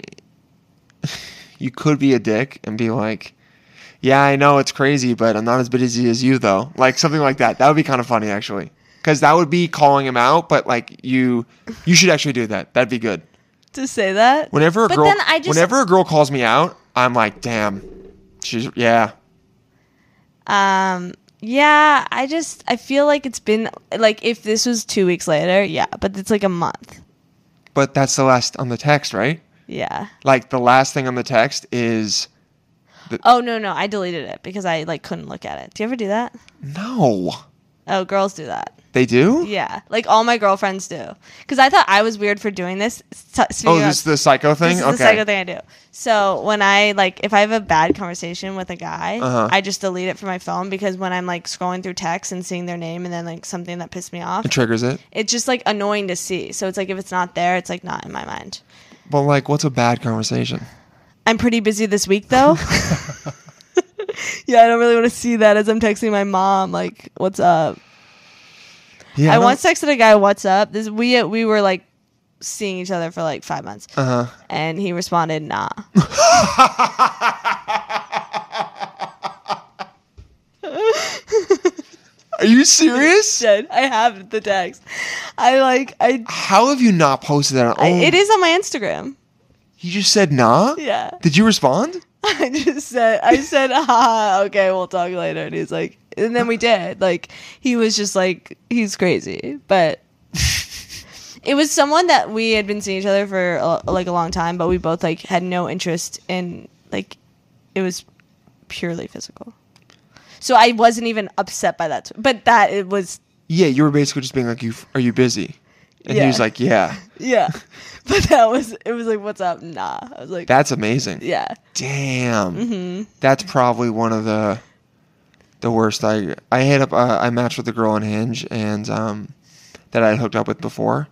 [SPEAKER 1] you could be a dick and be like yeah i know it's crazy but i'm not as busy as you though like something like that that would be kind of funny actually because that would be calling him out but like you you should actually do that that'd be good
[SPEAKER 6] To say that.
[SPEAKER 1] whenever a
[SPEAKER 6] But
[SPEAKER 1] girl
[SPEAKER 6] then I just-
[SPEAKER 1] whenever a girl calls me out i'm like damn she's yeah
[SPEAKER 6] Um yeah, I just I feel like it's been like if this was two weeks later, yeah, but it's like a month.
[SPEAKER 1] but that's the last on the text right
[SPEAKER 6] Yeah.
[SPEAKER 1] like the last thing on the text is
[SPEAKER 6] Oh no no, I deleted it because I like couldn't look at it. Do you ever do that?
[SPEAKER 1] no
[SPEAKER 6] Oh, girls do that.
[SPEAKER 1] they do
[SPEAKER 6] Yeah, like all my girlfriends do. Because I thought I was weird for doing this. S- speaking
[SPEAKER 1] oh
[SPEAKER 6] of-
[SPEAKER 1] this is the psycho thing
[SPEAKER 6] this is
[SPEAKER 1] okay
[SPEAKER 6] the psycho thing I do. So when I like, if I have a bad conversation with a guy,
[SPEAKER 1] Uh-huh.
[SPEAKER 6] I just delete it from my phone because when I'm like scrolling through text and seeing their name and then like something that pissed me off,
[SPEAKER 1] it triggers it
[SPEAKER 6] it's just like annoying to see. So it's like if it's not there, it's like not in my mind.
[SPEAKER 1] but like what's a bad conversation
[SPEAKER 6] I'm pretty busy this week though. yeah, I don't really want to see that as I'm texting my mom. Like, what's up?
[SPEAKER 1] yeah
[SPEAKER 6] I
[SPEAKER 1] don't-
[SPEAKER 6] once texted a guy, "What's up?" This we uh, we were like seeing each other for like five months,
[SPEAKER 1] Uh-huh.
[SPEAKER 6] and he responded, "Nah."
[SPEAKER 1] Are you serious?
[SPEAKER 6] Said, I have the text. I like I.
[SPEAKER 1] How have you not posted that? On-
[SPEAKER 6] I- It is on my Instagram.
[SPEAKER 1] You just said nah.
[SPEAKER 6] Yeah,
[SPEAKER 1] Did you respond?
[SPEAKER 6] I just said I said, "Ah, okay, we'll talk later." And he's like, and then we did. Like he was just like he's crazy, but. It was someone that we had been seeing each other for a, like a long time, but we both like had no interest in like it was purely physical. So I wasn't even upset by that. But that it was
[SPEAKER 1] Yeah, you were basically just being like, "You are you busy?" And he
[SPEAKER 6] Yeah.
[SPEAKER 1] was like, "Yeah,
[SPEAKER 6] yeah. but that was it was like what's up? Nah. I was like
[SPEAKER 1] that's amazing."
[SPEAKER 6] yeah.
[SPEAKER 1] Damn, that's probably one of the the worst. I I hit up uh, I matched with a girl on Hinge and um that I had hooked up with before,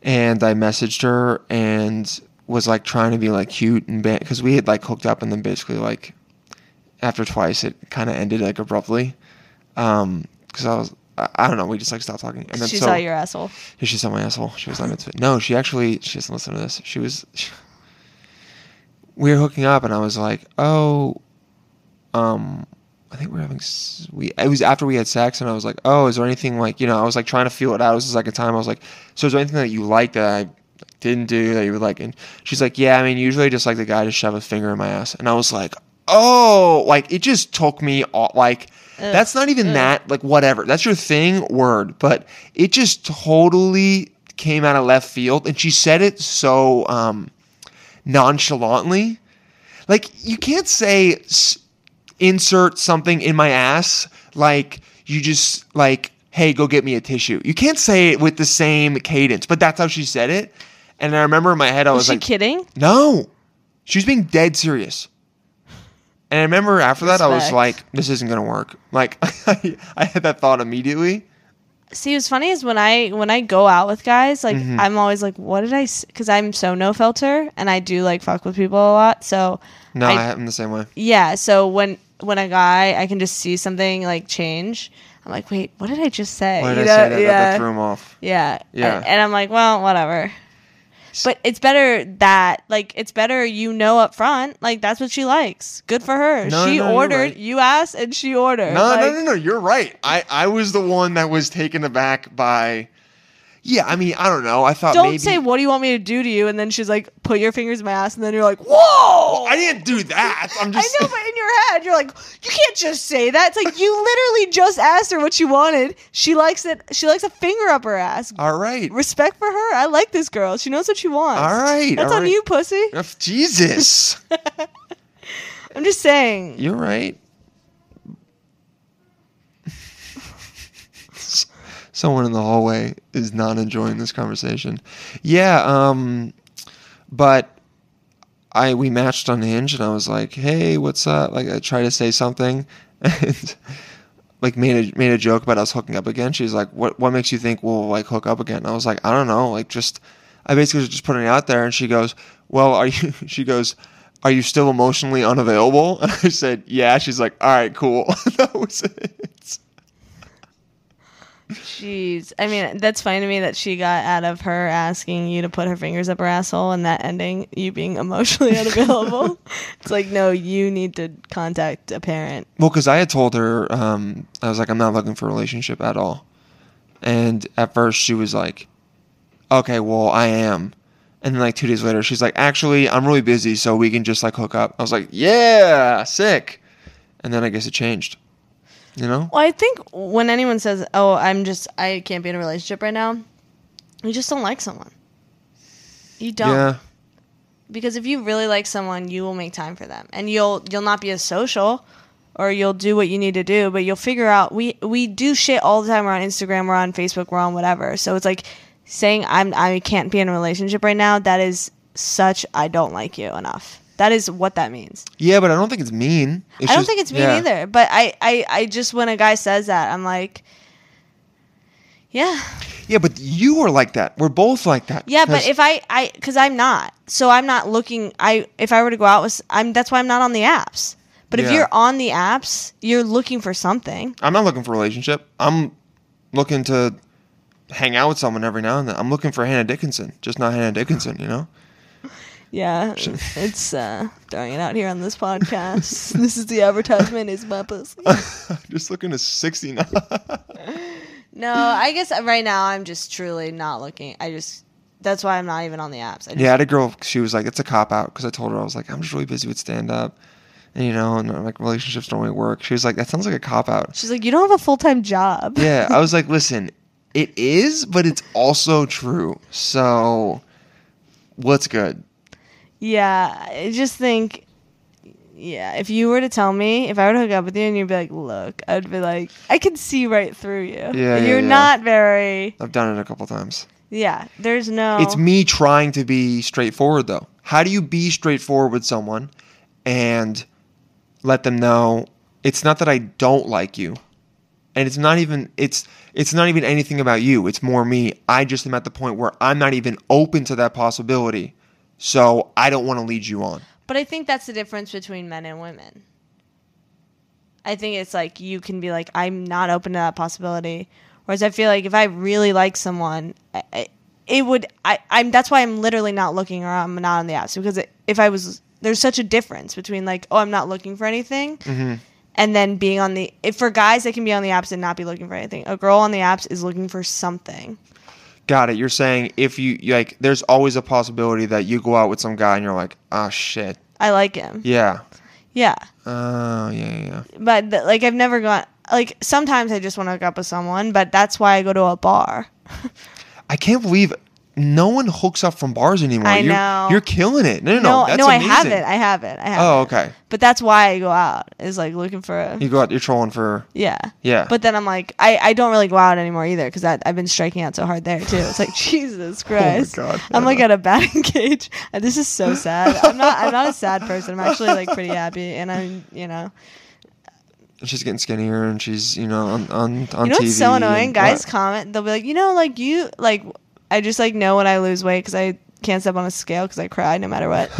[SPEAKER 1] and I messaged her and was like trying to be like cute and because we had like hooked up and then basically like after twice it kind of ended like abruptly, um because I was I, I don't know we just like stopped talking and then
[SPEAKER 6] She
[SPEAKER 1] so,
[SPEAKER 6] saw your asshole.
[SPEAKER 1] yeah, She saw my asshole. She was not into it. No, she actually she doesn't listen to this. She was. She, we were hooking up, and I was like, "Oh, um, I think we're having s- we." It was after we had sex, and I was like, "Oh, is there anything like you know?" I was like trying to feel it out. It was the second time. I was like, "So is there anything that you like that I didn't do that you would like?" And she's like, "Yeah, I mean, usually just like the guy to shove a finger in my ass," and I was like. Oh, like it just took me all, like that's not even that like whatever. That's your thing word, but it just totally came out of left field and she said it so um nonchalantly. Like you can't say s- insert something in my ass like you just like hey, go get me a tissue. You can't say it with the same cadence, but that's how she said it. And I remember in my head, I was,
[SPEAKER 6] Was she
[SPEAKER 1] like,
[SPEAKER 6] kidding?
[SPEAKER 1] no, she was being dead serious. And I remember after that, I was
[SPEAKER 6] Respect.
[SPEAKER 1] like, this isn't going to work. Like, I, had that thought immediately.
[SPEAKER 6] See, what's funny is when I when I go out with guys, like
[SPEAKER 1] Mm-hmm.
[SPEAKER 6] I'm always like, what did I? Because I'm so no filter, and I do like fuck with people a lot. So
[SPEAKER 1] No,
[SPEAKER 6] I-
[SPEAKER 1] I, am the same way.
[SPEAKER 6] yeah, so when when a guy, I can just see something like change. I'm like, wait, what did I just say?
[SPEAKER 1] Why did
[SPEAKER 6] You
[SPEAKER 1] I
[SPEAKER 6] know?
[SPEAKER 1] say that? That-
[SPEAKER 6] Yeah.
[SPEAKER 1] That threw him off.
[SPEAKER 6] Yeah.
[SPEAKER 1] Yeah.
[SPEAKER 6] And, and I'm like, well, whatever. But it's better that, like, it's better you know up front. Like, that's what she likes. Good for her.
[SPEAKER 1] No,
[SPEAKER 6] she
[SPEAKER 1] no, you're
[SPEAKER 6] ordered,
[SPEAKER 1] right.
[SPEAKER 6] you asked, and she ordered.
[SPEAKER 1] No,
[SPEAKER 6] like,
[SPEAKER 1] no, no, no. You're right. I, I was the one that was taken aback by. Yeah, I mean, I don't know. I thought
[SPEAKER 6] Don't
[SPEAKER 1] maybe.
[SPEAKER 6] say, what do you want me to do to you? And then she's like, put your fingers in my ass. And then you're like, whoa.
[SPEAKER 1] I didn't do that. I'm
[SPEAKER 6] I
[SPEAKER 1] just.
[SPEAKER 6] know, but in your head, you're like, you can't just say that. It's like, you literally just asked her what she wanted. She likes it. She likes a finger up her ass.
[SPEAKER 1] All right.
[SPEAKER 6] Respect for her. I like this girl. She knows what she wants.
[SPEAKER 1] All right,
[SPEAKER 6] That's
[SPEAKER 1] all
[SPEAKER 6] on
[SPEAKER 1] right.
[SPEAKER 6] you, pussy.
[SPEAKER 1] Ugh, Jesus.
[SPEAKER 6] I'm just saying.
[SPEAKER 1] You're right. Someone in the hallway is not enjoying this conversation. Yeah, um but I we matched on Hinge and I was like, "Hey, what's up?" Like I tried to say something and like made a made a joke about us hooking up again. She's like, "What what makes you think we'll like hook up again?" And I was like, "I don't know, like just I basically was just putting it out there." And she goes, "Well, are you?" She goes, "Are you still emotionally unavailable?" And I said, "Yeah." She's like, "All right, cool." that was it.
[SPEAKER 6] Jeez. I mean, that's funny to me that she got out of her asking you to put her fingers up her asshole and that ending you being emotionally unavailable. it's like, no, you need to contact a parent.
[SPEAKER 1] Well, because I had told her, um, I was like, "I'm not looking for a relationship at all," and at first she was like, "Okay, well, I am." And then like two days later, she's like, "Actually, I'm really busy, so we can just like hook up." I was like, "Yeah, sick." And then I guess it changed. You know?
[SPEAKER 6] Well, I think when anyone says, oh, I'm just, I can't be in a relationship right now, you just don't like someone. You don't.
[SPEAKER 1] Yeah.
[SPEAKER 6] because if you really like someone you will make time for them and you'll you'll not be as social or you'll do what you need to do but you'll figure out we we do shit all the time we're on instagram we're on facebook we're on whatever so it's like saying i'm i can't be in a relationship right now that is such i don't like you enough that is what that means
[SPEAKER 1] Yeah, but I don't think it's mean. It's
[SPEAKER 6] i don't
[SPEAKER 1] just-
[SPEAKER 6] think it's mean
[SPEAKER 1] yeah.
[SPEAKER 6] either but I, I i just when a guy says that i'm like yeah
[SPEAKER 1] Yeah, but you are like that. We're both like that.
[SPEAKER 6] Yeah, but
[SPEAKER 1] 'Cause-
[SPEAKER 6] if I, I, because I'm not, so I'm not looking. I, if I were to go out with, I'm. That's why I'm not on the apps. But if
[SPEAKER 1] Yeah.
[SPEAKER 6] you're on the apps, you're looking for something.
[SPEAKER 1] I'm not looking for a relationship. I'm looking to hang out with someone every now and then. I'm looking for Hannah Dickinson, just not Hannah Dickinson. You know?
[SPEAKER 6] Yeah, it's uh, throwing it out here on this podcast. this is the advertisement. Is my pussy?
[SPEAKER 1] just looking to sixty nine.
[SPEAKER 6] No, I guess right now I'm just truly not looking. I just that's why I'm not even on the apps. I just,
[SPEAKER 1] yeah, I had a girl. She was like, "It's a cop out," because I told her I was like, "I'm just really busy with stand up." And you know, and uh, like relationships don't really work. She was like, "That sounds like a cop out."
[SPEAKER 6] She's like, you don't have a full time job.
[SPEAKER 1] Yeah, I was like, "Listen, it is, but it's also true." So, what's good?
[SPEAKER 6] Yeah, I just think, yeah, if you were to tell me, if I were to hook up with you and you'd be like, look, I'd be like, I can see right through you.
[SPEAKER 1] yeah,
[SPEAKER 6] You're
[SPEAKER 1] yeah.
[SPEAKER 6] not very,
[SPEAKER 1] I've done it a couple times.
[SPEAKER 6] yeah, there's no.
[SPEAKER 1] It's me trying to be straightforward though. How do you be straightforward with someone and let them know it's not that I don't like you. And it's not even it's it's not even anything about you. It's more me. I just am at the point where I'm not even open to that possibility. So I don't want to lead you on.
[SPEAKER 6] But I think that's the difference between men and women. I think it's like you can be like, I'm not open to that possibility. Whereas I feel like if I really like someone, I, I, it would. I, I'm that's why I'm literally not looking or I'm not on the apps because it, if I was, there's such a difference between like, oh, I'm not looking for anything, and then being on the. If for guys, they can be on the apps and not be looking for anything. A girl on the apps is looking for something.
[SPEAKER 1] Got it. You're saying if you like there's always a possibility that you go out with some guy and you're like, "Ah shit."
[SPEAKER 6] I like him.
[SPEAKER 1] Yeah.
[SPEAKER 6] Yeah.
[SPEAKER 1] Oh, yeah, yeah.
[SPEAKER 6] but th- like I've never gone. Like sometimes I just want to hook up with someone, but that's why I go to a bar.
[SPEAKER 1] I can't believe no one hooks up from bars anymore.
[SPEAKER 6] I
[SPEAKER 1] you're,
[SPEAKER 6] know.
[SPEAKER 1] You're killing it. No, no,
[SPEAKER 6] no,
[SPEAKER 1] no. That's
[SPEAKER 6] no, I
[SPEAKER 1] amazing.
[SPEAKER 6] have it. I have it. I have
[SPEAKER 1] oh,
[SPEAKER 6] it.
[SPEAKER 1] okay.
[SPEAKER 6] But that's why I go out is like looking for a
[SPEAKER 1] You go out. You're trolling for.
[SPEAKER 6] yeah.
[SPEAKER 1] Yeah.
[SPEAKER 6] But then I'm like, I, I don't really go out anymore either because I've been striking out so hard there too. It's like Jesus Christ.
[SPEAKER 1] Oh God,
[SPEAKER 6] I'm
[SPEAKER 1] yeah.
[SPEAKER 6] like at a batting cage. And This is so sad. I'm not I'm not a sad person. I'm actually like pretty happy and I'm you know
[SPEAKER 1] she's getting skinnier, and she's you know on on on
[SPEAKER 6] you know
[SPEAKER 1] TV.
[SPEAKER 6] what's so annoying?
[SPEAKER 1] and-
[SPEAKER 6] Guys
[SPEAKER 1] what?
[SPEAKER 6] comment. They'll be like, you know, like you, like I just like know when I lose weight because I can't step on a scale because I cry no matter what.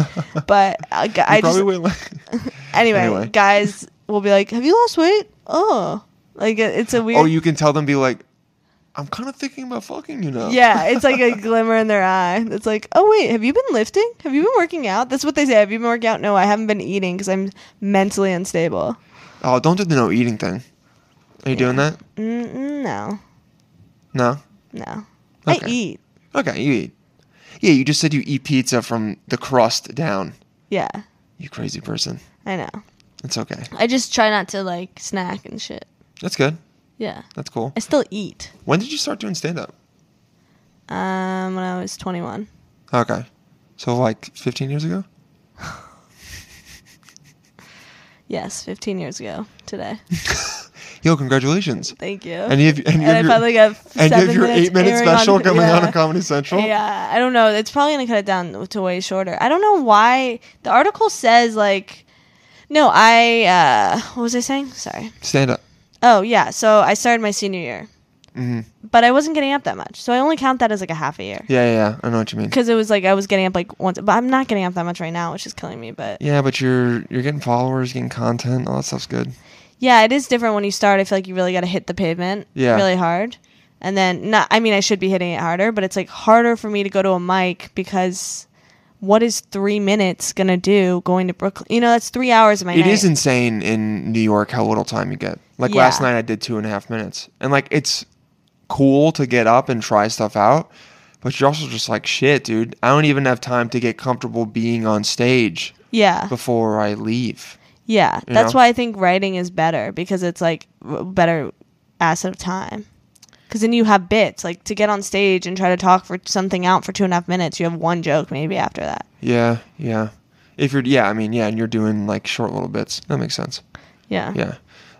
[SPEAKER 6] but I, g- I
[SPEAKER 1] You
[SPEAKER 6] just
[SPEAKER 1] probably went like,
[SPEAKER 6] anyway,
[SPEAKER 1] anyway.
[SPEAKER 6] guys will be like, have you lost weight? Oh, like it- it's a weird.
[SPEAKER 1] oh, you can tell them be like, I'm kind of thinking about fucking you now.
[SPEAKER 6] yeah, it's like a glimmer in their eye. It's like, oh wait, have you been lifting? Have you been working out? That's what they say. Have you been working out? No, I haven't been eating because I'm mentally unstable.
[SPEAKER 1] Oh, don't do the no eating thing. Are you doing that?
[SPEAKER 6] Mm, no,
[SPEAKER 1] No.
[SPEAKER 6] no, I
[SPEAKER 1] Okay.
[SPEAKER 6] eat.
[SPEAKER 1] Okay, you eat. Yeah, you just said you eat pizza from the crust down.
[SPEAKER 6] Yeah,
[SPEAKER 1] You crazy person.
[SPEAKER 6] I know.
[SPEAKER 1] It's okay.
[SPEAKER 6] I just try not to like snack and shit.
[SPEAKER 1] That's good.
[SPEAKER 6] Yeah.
[SPEAKER 1] That's cool.
[SPEAKER 6] I still eat.
[SPEAKER 1] When did you start doing stand up?
[SPEAKER 6] Um, when I was 21.
[SPEAKER 1] Okay. So like 15 years ago?
[SPEAKER 6] Yes, 15 years ago today.
[SPEAKER 1] Yo, congratulations.
[SPEAKER 6] Thank you.
[SPEAKER 1] And you have, and you
[SPEAKER 6] And I
[SPEAKER 1] have your,
[SPEAKER 6] finally got
[SPEAKER 1] and you have
[SPEAKER 6] seven
[SPEAKER 1] your
[SPEAKER 6] minutes
[SPEAKER 1] eight minute
[SPEAKER 6] airing on-
[SPEAKER 1] special coming out
[SPEAKER 6] yeah.
[SPEAKER 1] on Comedy Central?
[SPEAKER 6] Yeah, I don't know. It's probably gonna cut it down to way shorter. I don't know why the article says like, no, I uh, what was I saying? Sorry.
[SPEAKER 1] Stand up.
[SPEAKER 6] Oh yeah, so I started my senior year,
[SPEAKER 1] Mm-hmm.
[SPEAKER 6] but I wasn't getting up that much, so I only count that as like a half a year
[SPEAKER 1] Yeah, yeah, yeah. I know what you mean.
[SPEAKER 6] because it was like I was getting up like once, but I'm not getting up that much right now, which is killing me. But
[SPEAKER 1] Yeah, but you're you're getting followers, getting content, all that stuff's good.
[SPEAKER 6] Yeah, it is different when you start. I feel like you really got to hit the pavement
[SPEAKER 1] Yeah.
[SPEAKER 6] really hard. And then not I mean I should be hitting it harder, but it's like harder for me to go to a mic because what is 3 minutes going to do going to Brooklyn? You know, that's 3 hours of my
[SPEAKER 1] It
[SPEAKER 6] night.
[SPEAKER 1] is insane in New York how little time you get. Like
[SPEAKER 6] Yeah.
[SPEAKER 1] last night, I did two and a half minutes, and like it's cool to get up and try stuff out, but you're also just like, shit, dude, I don't even have time to get comfortable being on stage
[SPEAKER 6] Yeah.
[SPEAKER 1] before I leave.
[SPEAKER 6] Yeah.
[SPEAKER 1] you
[SPEAKER 6] That's
[SPEAKER 1] know?
[SPEAKER 6] why I think writing is better because it's like w- better asset of time. Cuz then you have bits like to get on stage and try to talk for something out for two and a half minutes. You have one joke maybe after that.
[SPEAKER 1] Yeah, yeah. If you're, yeah, I mean, yeah, and you're doing like short little bits. That makes sense.
[SPEAKER 6] Yeah.
[SPEAKER 1] Yeah.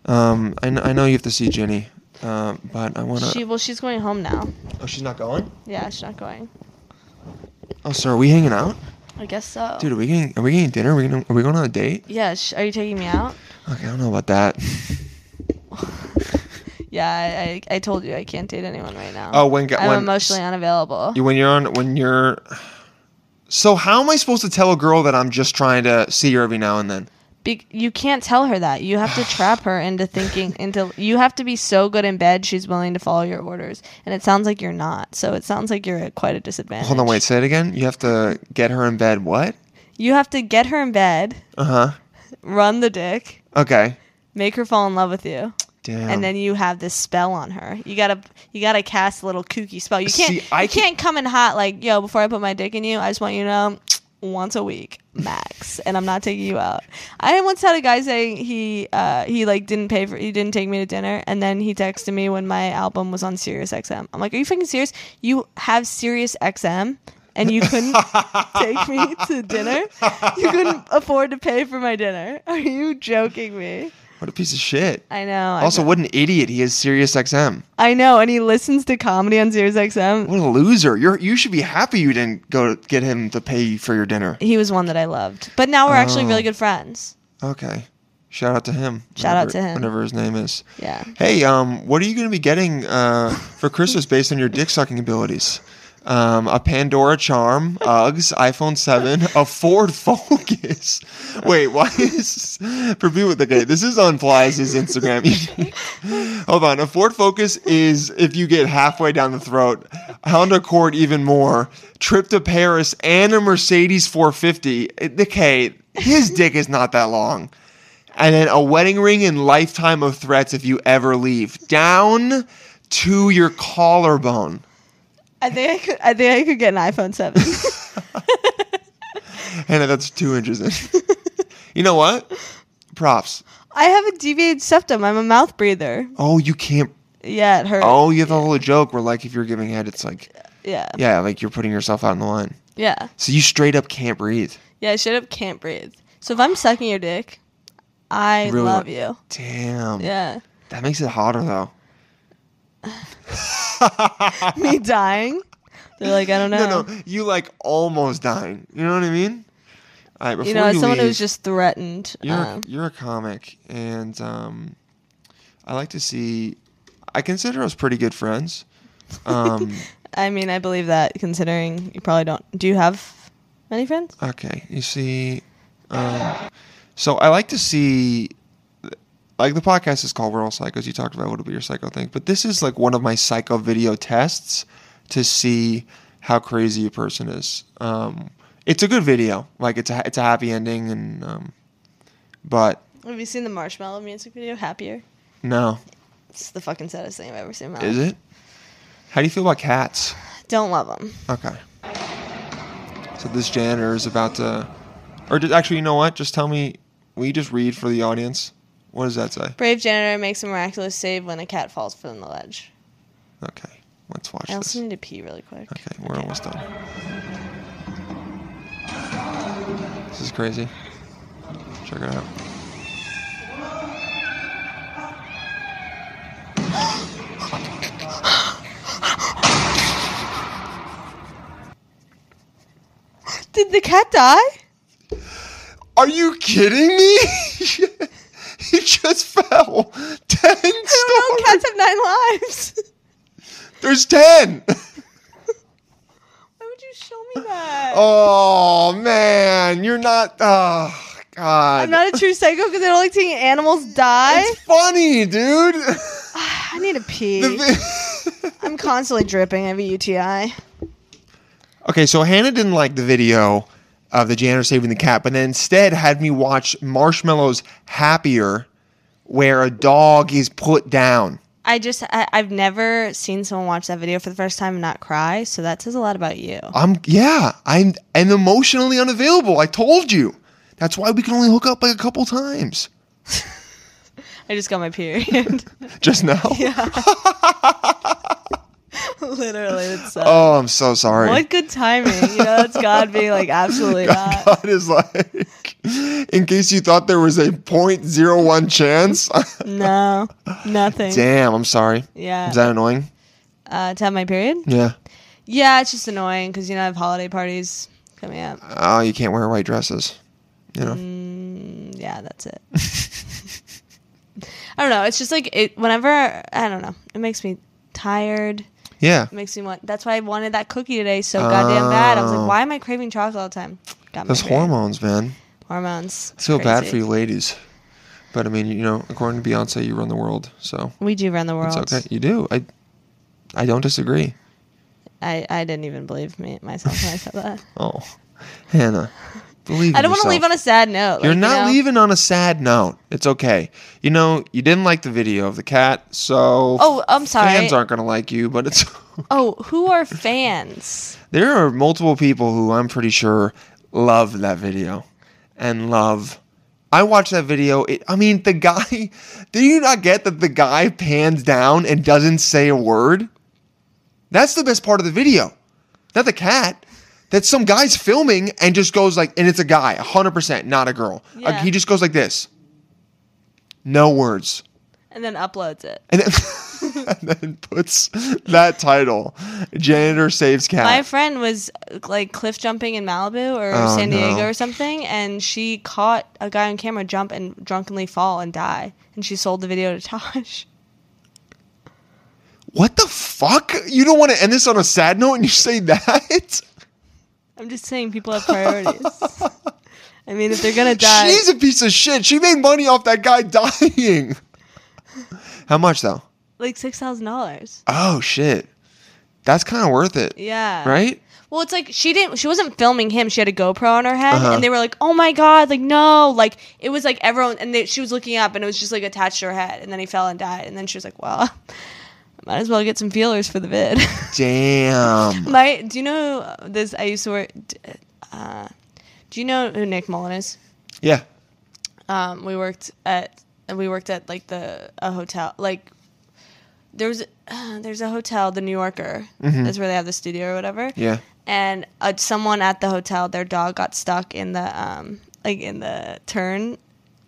[SPEAKER 1] Um, I, kn- I know you have to see Ginny, um, but I want to.
[SPEAKER 6] She well she's going home now.
[SPEAKER 1] oh, she's not going.
[SPEAKER 6] Yeah, she's not going.
[SPEAKER 1] Oh, so are we hanging out,
[SPEAKER 6] I guess so.
[SPEAKER 1] dude? Are we getting? Are we getting dinner? Are we going? Are we going on a date?
[SPEAKER 6] Yeah, sh- are you taking me out?
[SPEAKER 1] Okay, I don't know about that.
[SPEAKER 6] Yeah, I, I, I told you I can't date anyone right now.
[SPEAKER 1] Oh, when ga-
[SPEAKER 6] I'm
[SPEAKER 1] when-
[SPEAKER 6] emotionally unavailable.
[SPEAKER 1] You- when you're on when you're so how am i supposed to tell a girl that i'm just trying to see her every now and then
[SPEAKER 6] Be- you can't tell her that. You have to trap her into thinking into. You have to be so good in bed she's willing to follow your orders, and it sounds like you're not. So it sounds like you're at quite a disadvantage.
[SPEAKER 1] hold on wait say it again you have to get her in bed what
[SPEAKER 6] You have to get her in bed,
[SPEAKER 1] uh-huh
[SPEAKER 6] run the dick,
[SPEAKER 1] okay
[SPEAKER 6] make her fall in love with you.
[SPEAKER 1] damn
[SPEAKER 6] and then you have this spell on her. You gotta you gotta cast a little kooky spell. You can't
[SPEAKER 1] See, I
[SPEAKER 6] you
[SPEAKER 1] can-
[SPEAKER 6] can't come in hot like yo. Before I put my dick in you, I just want you to know once a week max, and I'm not taking you out. I once had a guy saying he uh, he like didn't pay for he didn't take me to dinner, and then he texted me when my album was on Sirius XM. I'm like, are you fucking serious? You have Sirius XM. And you couldn't take me to dinner. You couldn't afford to pay for my dinner. Are you joking me?
[SPEAKER 1] what a piece of shit
[SPEAKER 6] I know. I
[SPEAKER 1] also
[SPEAKER 6] know.
[SPEAKER 1] what an idiot he is serious xm
[SPEAKER 6] I know, and he listens to comedy on Sirius XM.
[SPEAKER 1] what a loser you're you should be happy you didn't go to get him to pay for your dinner
[SPEAKER 6] He was one that I loved, but now we're actually
[SPEAKER 1] Oh.
[SPEAKER 6] really good friends.
[SPEAKER 1] okay shout out to him
[SPEAKER 6] Shout out
[SPEAKER 1] whatever-
[SPEAKER 6] to him.
[SPEAKER 1] whatever his name is
[SPEAKER 6] Yeah.
[SPEAKER 1] Hey, um, what are you going to be getting uh, for Christmas based on your dick sucking abilities? Um, a Pandora charm, Uggs, iPhone 7, a Ford Focus. Wait, why is for people with the okay, this is on Flies' Instagram. Hold on, a Ford Focus is if you get halfway down the throat, Honda Accord even more, trip to Paris and a Mercedes 450. It- Okay, his dick is not that long and then a wedding ring and lifetime of threats if you ever leave down to your collarbone
[SPEAKER 6] I think I could. I think I could get an iPhone seven.
[SPEAKER 1] hannah that's two inches in you know what props
[SPEAKER 6] I have a deviated septum. I'm a mouth breather.
[SPEAKER 1] oh you can't
[SPEAKER 6] Yeah, it hurts.
[SPEAKER 1] oh you have a whole joke where like if you're giving head it's like
[SPEAKER 6] Yeah.
[SPEAKER 1] Yeah, like you're putting yourself out in the line.
[SPEAKER 6] Yeah.
[SPEAKER 1] So you straight up can't breathe.
[SPEAKER 6] Yeah. Shut up. Can't breathe. So if I'm sucking your dick, I
[SPEAKER 1] Really want-
[SPEAKER 6] love you.
[SPEAKER 1] Damn.
[SPEAKER 6] Yeah.
[SPEAKER 1] That makes it hotter though.
[SPEAKER 6] Me dying. They're like, I don't know.
[SPEAKER 1] No, no, you like almost dying. You know what I mean? All right, before
[SPEAKER 6] you know, as someone
[SPEAKER 1] leave,
[SPEAKER 6] who's just threatened.
[SPEAKER 1] you're
[SPEAKER 6] um,
[SPEAKER 1] you're a comic, and um, I like to see. I consider us pretty good friends. Um,
[SPEAKER 6] I mean, I believe that considering you probably don't. Do you have many friends?
[SPEAKER 1] okay, you see, um, so I like to see. Like the podcast is called "We're All Psychos." You talked about what will be your psycho thing, but this is like one of my psycho video tests to see how crazy a person is. Um, it's a good video, like it's a it's a happy ending, and um, but
[SPEAKER 6] Have you seen the Marshmallow music video, Happier?
[SPEAKER 1] no,
[SPEAKER 6] It's the fucking saddest thing I've ever seen in my
[SPEAKER 1] Is
[SPEAKER 6] life.
[SPEAKER 1] it? How do you feel about cats?
[SPEAKER 6] Don't love them.
[SPEAKER 1] Okay. So this janitor is about to, or just, actually, you know what? Just tell me. Will you just read for the audience? What does that say?
[SPEAKER 6] Brave janitor makes a miraculous save when a cat falls from the ledge.
[SPEAKER 1] Okay, let's watch
[SPEAKER 6] I also
[SPEAKER 1] this.
[SPEAKER 6] need to pee really quick.
[SPEAKER 1] Okay, we're almost done. This is crazy. Check it out.
[SPEAKER 6] Did the cat die?
[SPEAKER 1] Are you kidding me? he just fell ten
[SPEAKER 6] No,
[SPEAKER 1] stories.
[SPEAKER 6] cats have nine lives.
[SPEAKER 1] There's ten.
[SPEAKER 6] Why would you show me that?
[SPEAKER 1] Oh man, you're not. Oh god.
[SPEAKER 6] I'm not a true psycho because I don't like seeing animals die.
[SPEAKER 1] It's funny, dude.
[SPEAKER 6] I need to pee.
[SPEAKER 1] The vi-
[SPEAKER 6] I'm constantly dripping. I have a UTI.
[SPEAKER 1] okay, so Hannah didn't like the video of the janitor saving the cat, but then instead had me watch Marshmallow's Happier, where a dog is put down.
[SPEAKER 6] I just I, I've never seen someone watch that video for the first time and not cry, so that says a lot about you.
[SPEAKER 1] I'm yeah, I'm I'm emotionally unavailable. I told you. That's why we can only hook up like a couple times.
[SPEAKER 6] I just got my period.
[SPEAKER 1] Just now.
[SPEAKER 6] Literally, it's uh,
[SPEAKER 1] Oh, I'm so sorry.
[SPEAKER 6] what good timing. You know, it's God being like absolutely not.
[SPEAKER 1] God is like, in case you thought there was a 0.01 chance.
[SPEAKER 6] No, nothing.
[SPEAKER 1] Damn, I'm sorry.
[SPEAKER 6] Mm-hmm. Yeah.
[SPEAKER 1] Is that annoying?
[SPEAKER 6] Uh, to have my period?
[SPEAKER 1] Yeah.
[SPEAKER 6] Yeah, it's just annoying because you know I have holiday parties coming up.
[SPEAKER 1] Oh, you can't wear white dresses. You know.
[SPEAKER 6] Mm, Yeah, that's it. Mm. I don't know. It's just like it. Whenever I don't know, it makes me tired.
[SPEAKER 1] Yeah.
[SPEAKER 6] It makes me want. That's why I wanted that cookie today so goddamn bad. I was
[SPEAKER 1] Oh.
[SPEAKER 6] like, why am I craving chocolate all the time? Got my
[SPEAKER 1] Those
[SPEAKER 6] period.
[SPEAKER 1] hormones, man.
[SPEAKER 6] hormones.
[SPEAKER 1] It's so bad
[SPEAKER 6] Crazy.
[SPEAKER 1] for you ladies. But I mean, you know, according to Beyonce, you run the world. So
[SPEAKER 6] We do run the world.
[SPEAKER 1] it's okay. You do. I I don't disagree.
[SPEAKER 6] I, I didn't even believe me myself when I said that.
[SPEAKER 1] Oh. Hannah. Believe
[SPEAKER 6] I don't want to leave on a sad note.
[SPEAKER 1] You're
[SPEAKER 6] like, you
[SPEAKER 1] not
[SPEAKER 6] know?
[SPEAKER 1] leaving on a sad note. It's okay. You know, you didn't like the video of the cat, so
[SPEAKER 6] Oh, I'm sorry.
[SPEAKER 1] fans aren't gonna like you, but it's
[SPEAKER 6] Oh, who are fans?
[SPEAKER 1] there are multiple people who I'm pretty sure love that video and love. I watched that video. It, I mean, the guy. Do you not get that the guy pans down and doesn't say a word? That's the best part of the video. Not the cat. That some guy's filming and just goes like, and it's a guy, 100%, not a girl. Uh,
[SPEAKER 6] Yeah.
[SPEAKER 1] he just goes like this. No words
[SPEAKER 6] And then uploads it.
[SPEAKER 1] and then, and then puts that title janitor saves cat
[SPEAKER 6] My friend was uh, like cliff jumping in Malibu or
[SPEAKER 1] Oh,
[SPEAKER 6] San Diego
[SPEAKER 1] no.
[SPEAKER 6] or something, and she caught a guy on camera jump and drunkenly fall and die. And she sold the video to Tosh.
[SPEAKER 1] what the fuck you don't want to end this on a sad note and you say that
[SPEAKER 6] I'm just saying, people have priorities. I mean, if they're gonna die,
[SPEAKER 1] she's a piece of shit she made money off that guy dying how much though
[SPEAKER 6] like six thousand dollars.
[SPEAKER 1] oh shit that's kind of worth it
[SPEAKER 6] Yeah.
[SPEAKER 1] right
[SPEAKER 6] Well, it's like she didn't. She wasn't filming him. She had a GoPro on her head, and they were like, "Oh my god!" Like no, like it was like everyone, and they, she was looking up, and it was just like attached to her head, and then he fell and died, and then she was like, "Well, might as well get some feelers for the vid."
[SPEAKER 1] damn
[SPEAKER 6] my, do you know this? I used to work. d- Uh, do you know who Nick Mullen is?
[SPEAKER 1] yeah
[SPEAKER 6] Um, we worked at we worked at like the a hotel like there was uh, there's a hotel, the New Yorker. That's where they have the studio or whatever.
[SPEAKER 1] Yeah.
[SPEAKER 6] And uh, someone at the hotel, their dog got stuck in the um like in the turn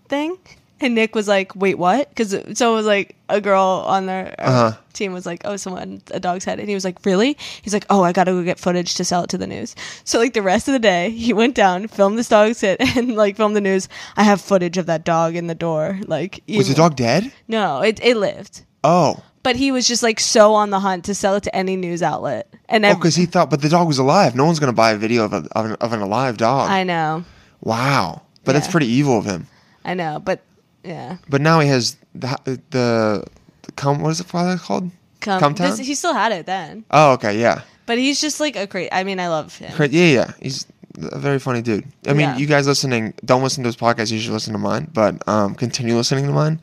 [SPEAKER 6] thing, and Nick was like, "Wait, what?" Because so it was like a girl on their our
[SPEAKER 1] Uh-huh.
[SPEAKER 6] team was like, "Oh, someone a dog's head," and he was like, "Really?" He's like, "Oh, I gotta go get footage to sell it to the news." So like the rest of the day, he went down, filmed this dog's head, and like filmed the news. I have footage of that dog in the door. Like,
[SPEAKER 1] Was the
[SPEAKER 6] even-
[SPEAKER 1] dog dead?
[SPEAKER 6] No, it it lived
[SPEAKER 1] Oh.
[SPEAKER 6] but he was just like so on the hunt to sell it to any news outlet. And
[SPEAKER 1] Oh,
[SPEAKER 6] ev-
[SPEAKER 1] because he thought, but the dog was alive. No one's going to buy a video of, a, of, an, of an alive dog.
[SPEAKER 6] I know,
[SPEAKER 1] wow. But that's
[SPEAKER 6] Yeah.
[SPEAKER 1] pretty evil of him.
[SPEAKER 6] I know, but yeah,
[SPEAKER 1] But now he has the, the, the com, what is it father called?
[SPEAKER 6] come.
[SPEAKER 1] Cometown?
[SPEAKER 6] this- he still had it then,
[SPEAKER 1] oh, okay. Yeah.
[SPEAKER 6] but he's just like a crazy. I mean, I love him.
[SPEAKER 1] Cra- Yeah, yeah. He's a very funny dude. I mean,
[SPEAKER 6] Yeah.
[SPEAKER 1] you guys listening, don't listen to his podcast. You should listen to mine, but um, continue listening to mine.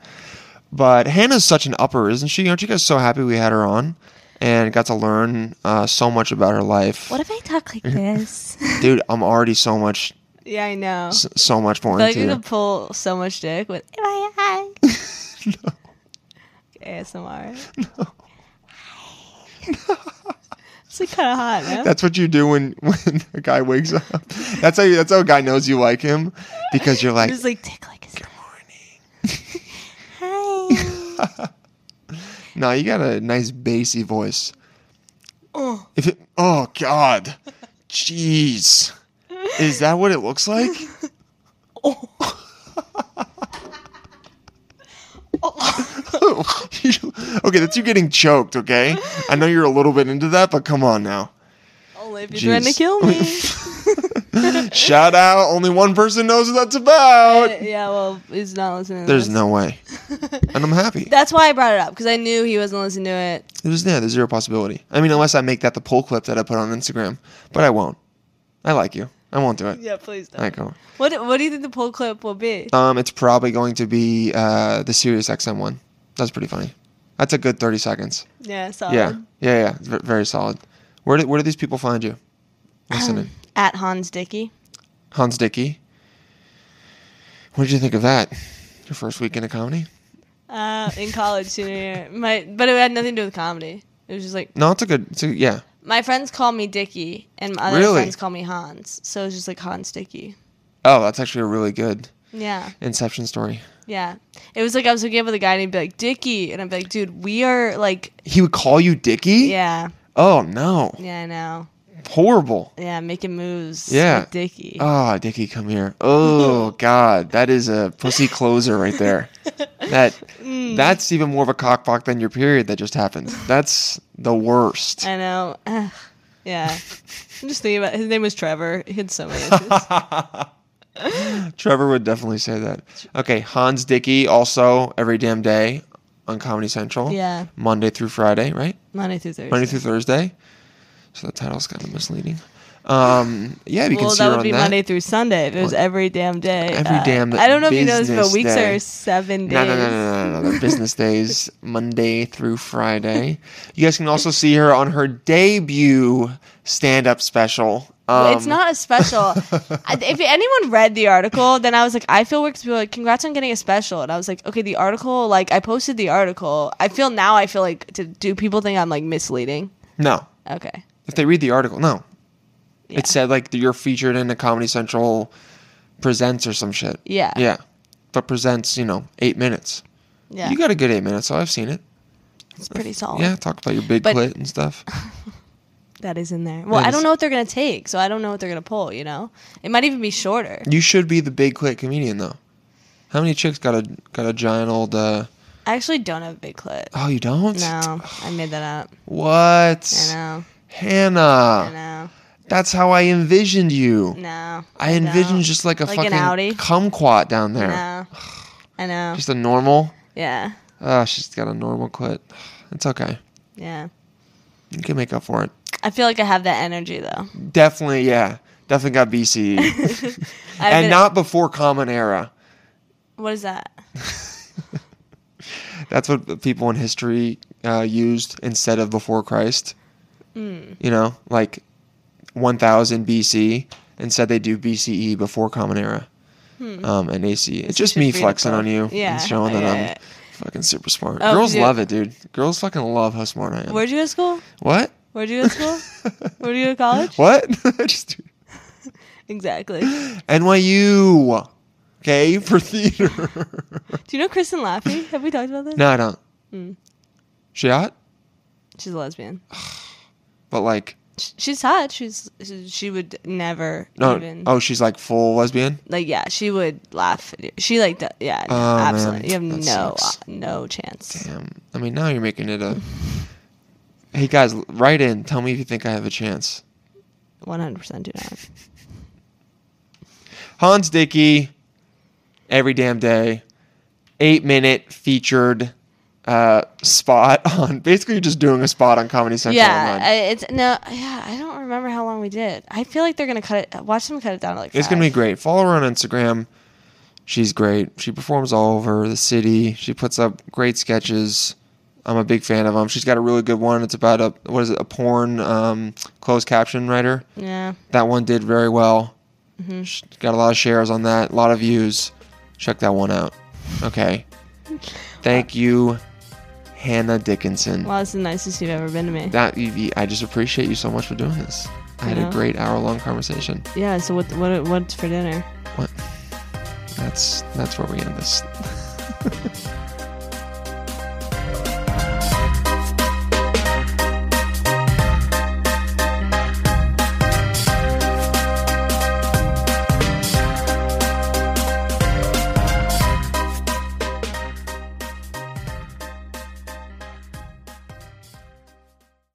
[SPEAKER 1] But Hannah's such an upper, isn't she? Aren't you guys so happy we had her on and got to learn uh, so much about her life?
[SPEAKER 6] what if I talk like this?
[SPEAKER 1] Dude, I'm already so much,
[SPEAKER 6] yeah, I know.
[SPEAKER 1] s- so much more
[SPEAKER 6] I feel like we
[SPEAKER 1] into
[SPEAKER 6] could
[SPEAKER 1] her.
[SPEAKER 6] pull so much dick with my eyes. ASMR. No. it's like kind of hot. No?
[SPEAKER 1] That's what you do when when a guy wakes up. That's how you, that's how a guy knows you like him because you're like,
[SPEAKER 6] just like dick like his.
[SPEAKER 1] no, you got a nice bassy voice. Oh, if it, oh God, jeez, is that what it looks like?
[SPEAKER 6] Oh.
[SPEAKER 1] okay, that's you getting choked. Okay, I know you're a little bit into that, but come on now.
[SPEAKER 6] Only if you're trying to
[SPEAKER 1] Jeez.
[SPEAKER 6] kill me.
[SPEAKER 1] Shout out! Only one person knows what that's about.
[SPEAKER 6] yeah, well, he's not listening. To
[SPEAKER 1] There's
[SPEAKER 6] this.
[SPEAKER 1] no way, and I'm happy.
[SPEAKER 6] That's why I brought it up because I knew he wasn't listening to it.
[SPEAKER 1] There's yeah, there's zero possibility. I mean, unless I make that the poll clip that I put on Instagram, but I won't. I like you. I won't do it.
[SPEAKER 6] Yeah, please don't.
[SPEAKER 1] I go.
[SPEAKER 6] What What do you think the poll clip will be?
[SPEAKER 1] Um, it's probably going to be uh, the Sirius XM one. That's pretty funny. That's a good 30 seconds.
[SPEAKER 6] yeah, solid.
[SPEAKER 1] Yeah, yeah, yeah. It's ve- very solid. Where do where do these people find you? Listening,
[SPEAKER 6] At Hans Dickey.
[SPEAKER 1] Hans Dickey. What did you think of that? Your first weekend of comedy?
[SPEAKER 6] Uh, in college senior year, my but it had nothing to do with comedy. It was just like
[SPEAKER 1] No, it's a good. It's a, yeah.
[SPEAKER 6] my friends call me Dicky and my other
[SPEAKER 1] Really?
[SPEAKER 6] friends call me Hans. So it's just like Hans Dickey.
[SPEAKER 1] Oh, that's actually a really good
[SPEAKER 6] Yeah,
[SPEAKER 1] Inception story.
[SPEAKER 6] yeah. It was like I was hooking up with a guy and he'd be like Dicky, and I'd be like, dude, we are like,
[SPEAKER 1] He would call you Dicky.
[SPEAKER 6] yeah,
[SPEAKER 1] Oh no,
[SPEAKER 6] yeah, I know,
[SPEAKER 1] horrible.
[SPEAKER 6] yeah, making moves.
[SPEAKER 1] Yeah.
[SPEAKER 6] with Dicky.
[SPEAKER 1] Oh, Dickie, come here. Oh, God. That is a pussy closer right there. That
[SPEAKER 6] Mm.
[SPEAKER 1] That's even more of a cockblock than your period that just happened. That's the worst.
[SPEAKER 6] I know. Ugh. Yeah. I'm just thinking about his name was Trevor. He had so many issues.
[SPEAKER 1] Trevor would definitely say that. Okay, Hans Dickey also every damn day on Comedy Central.
[SPEAKER 6] Yeah.
[SPEAKER 1] Monday through Friday, right?
[SPEAKER 6] Monday through Thursday.
[SPEAKER 1] Monday through Thursday. So the title's kind of misleading. Um, yeah, you
[SPEAKER 6] well,
[SPEAKER 1] can see
[SPEAKER 6] that
[SPEAKER 1] her
[SPEAKER 6] would
[SPEAKER 1] on
[SPEAKER 6] be
[SPEAKER 1] that.
[SPEAKER 6] Monday through Sunday. If it was
[SPEAKER 1] Well,
[SPEAKER 6] every damn day.
[SPEAKER 1] every damn
[SPEAKER 6] I don't know if you know this, but
[SPEAKER 1] business
[SPEAKER 6] weeks
[SPEAKER 1] day.
[SPEAKER 6] are seven days.
[SPEAKER 1] No, no, no, no, no, no, no. Business days, Monday through Friday. You guys can also see her on her debut stand-up special. Um,
[SPEAKER 6] it's not a special. I- if anyone read the article, then I was like, I feel weird 'cause people were like, congrats on getting a special. And I was like, okay, the article, like, I posted the article. I feel now, I feel like, do, do people think I'm like misleading?
[SPEAKER 1] No,
[SPEAKER 6] Okay.
[SPEAKER 1] if they read the article, no.
[SPEAKER 6] Yeah.
[SPEAKER 1] It said like you're featured in a Comedy Central presents or some shit.
[SPEAKER 6] Yeah.
[SPEAKER 1] Yeah, but presents, you know, eight minutes.
[SPEAKER 6] Yeah.
[SPEAKER 1] You got a good eight minutes, so I've seen it.
[SPEAKER 6] it's pretty solid.
[SPEAKER 1] Yeah, talk about your big
[SPEAKER 6] But-
[SPEAKER 1] clit and stuff.
[SPEAKER 6] That is in there. Well,
[SPEAKER 1] That
[SPEAKER 6] I
[SPEAKER 1] is-
[SPEAKER 6] don't know what they're gonna take, so I don't know what they're gonna pull. You know, it might even be shorter.
[SPEAKER 1] You should be the big clit comedian though. How many chicks got a got a giant old? uh
[SPEAKER 6] I actually don't have a big clit.
[SPEAKER 1] Oh, you don't?
[SPEAKER 6] No, I made that up.
[SPEAKER 1] What?
[SPEAKER 6] I know.
[SPEAKER 1] Hannah.
[SPEAKER 6] I know.
[SPEAKER 1] That's how I envisioned you.
[SPEAKER 6] No.
[SPEAKER 1] I
[SPEAKER 6] don't.
[SPEAKER 1] envisioned just like a
[SPEAKER 6] Like an
[SPEAKER 1] fucking
[SPEAKER 6] Audi?
[SPEAKER 1] kumquat down there.
[SPEAKER 6] No. I know.
[SPEAKER 1] Just a normal.
[SPEAKER 6] Yeah.
[SPEAKER 1] Oh, she's got a normal clit. It's okay.
[SPEAKER 6] Yeah.
[SPEAKER 1] You can make up for it.
[SPEAKER 6] I feel like I have that energy though.
[SPEAKER 1] Definitely, yeah. Definitely got BCE.
[SPEAKER 6] I've
[SPEAKER 1] and
[SPEAKER 6] been-
[SPEAKER 1] not before Common Era.
[SPEAKER 6] What is that?
[SPEAKER 1] That's what the people in history uh, used instead of before Christ.
[SPEAKER 6] Mm.
[SPEAKER 1] You know, like 1000 BC and said they do BCE before Common Era. Um, and AC. It's just
[SPEAKER 6] should
[SPEAKER 1] me
[SPEAKER 6] read a
[SPEAKER 1] flexing
[SPEAKER 6] book.
[SPEAKER 1] on you
[SPEAKER 6] Yeah.
[SPEAKER 1] and showing that
[SPEAKER 6] Yeah,
[SPEAKER 1] I'm
[SPEAKER 6] yeah, yeah.
[SPEAKER 1] Fucking super smart.
[SPEAKER 6] Oh,
[SPEAKER 1] Girls
[SPEAKER 6] dude.
[SPEAKER 1] love it, dude. Girls fucking love how smart I am.
[SPEAKER 6] Where'd you go to school?
[SPEAKER 1] what?
[SPEAKER 6] Where'd you go to school? Where'd you go to college?
[SPEAKER 1] What? Just
[SPEAKER 6] Exactly. Do
[SPEAKER 1] NYU. Okay, for theater.
[SPEAKER 6] you know Kristen Laffey? Have we talked about this?
[SPEAKER 1] no, I don't.
[SPEAKER 6] Hmm.
[SPEAKER 1] She hot,
[SPEAKER 6] She's a lesbian.
[SPEAKER 1] but like
[SPEAKER 6] Sh- She's hot. She's she- she would never
[SPEAKER 1] no.
[SPEAKER 6] even
[SPEAKER 1] Oh, she's like full lesbian.
[SPEAKER 6] like yeah. She would laugh. At you. She like d- yeah. no,
[SPEAKER 1] Oh, man.
[SPEAKER 6] absolutely. You
[SPEAKER 1] That
[SPEAKER 6] have no
[SPEAKER 1] sucks.
[SPEAKER 6] no chance.
[SPEAKER 1] Damn. I mean, now you're making it a. hey guys, write in. Tell me if you think I have a chance.
[SPEAKER 6] One hundred percent do not.
[SPEAKER 1] Hans Dickey, every damn day, eight minute featured uh, spot on. Basically, you're just doing a spot on Comedy Central.
[SPEAKER 6] Yeah,
[SPEAKER 1] online.
[SPEAKER 6] I, it's no. Yeah, I don't remember how long we did. I feel like they're gonna cut it. Watch them cut it down to like.
[SPEAKER 1] It's
[SPEAKER 6] five.
[SPEAKER 1] gonna be great. Follow her on Instagram. She's great. She performs all over the city. She puts up great sketches. I'm a big fan of them. She's got a really good one. It's about a what is it? A porn um, closed caption writer.
[SPEAKER 6] Yeah,
[SPEAKER 1] That one did very well. She's Got a lot of shares on that. A lot of views. Check that one out. Okay. Thank you, Hannah Dickinson.
[SPEAKER 6] well, that's the nicest you've ever been to me.
[SPEAKER 1] That you- I just appreciate you so much for doing this. I had
[SPEAKER 6] Yeah.
[SPEAKER 1] a great hour long conversation.
[SPEAKER 6] Yeah. So what what what's for dinner?
[SPEAKER 1] That's that's where we end this.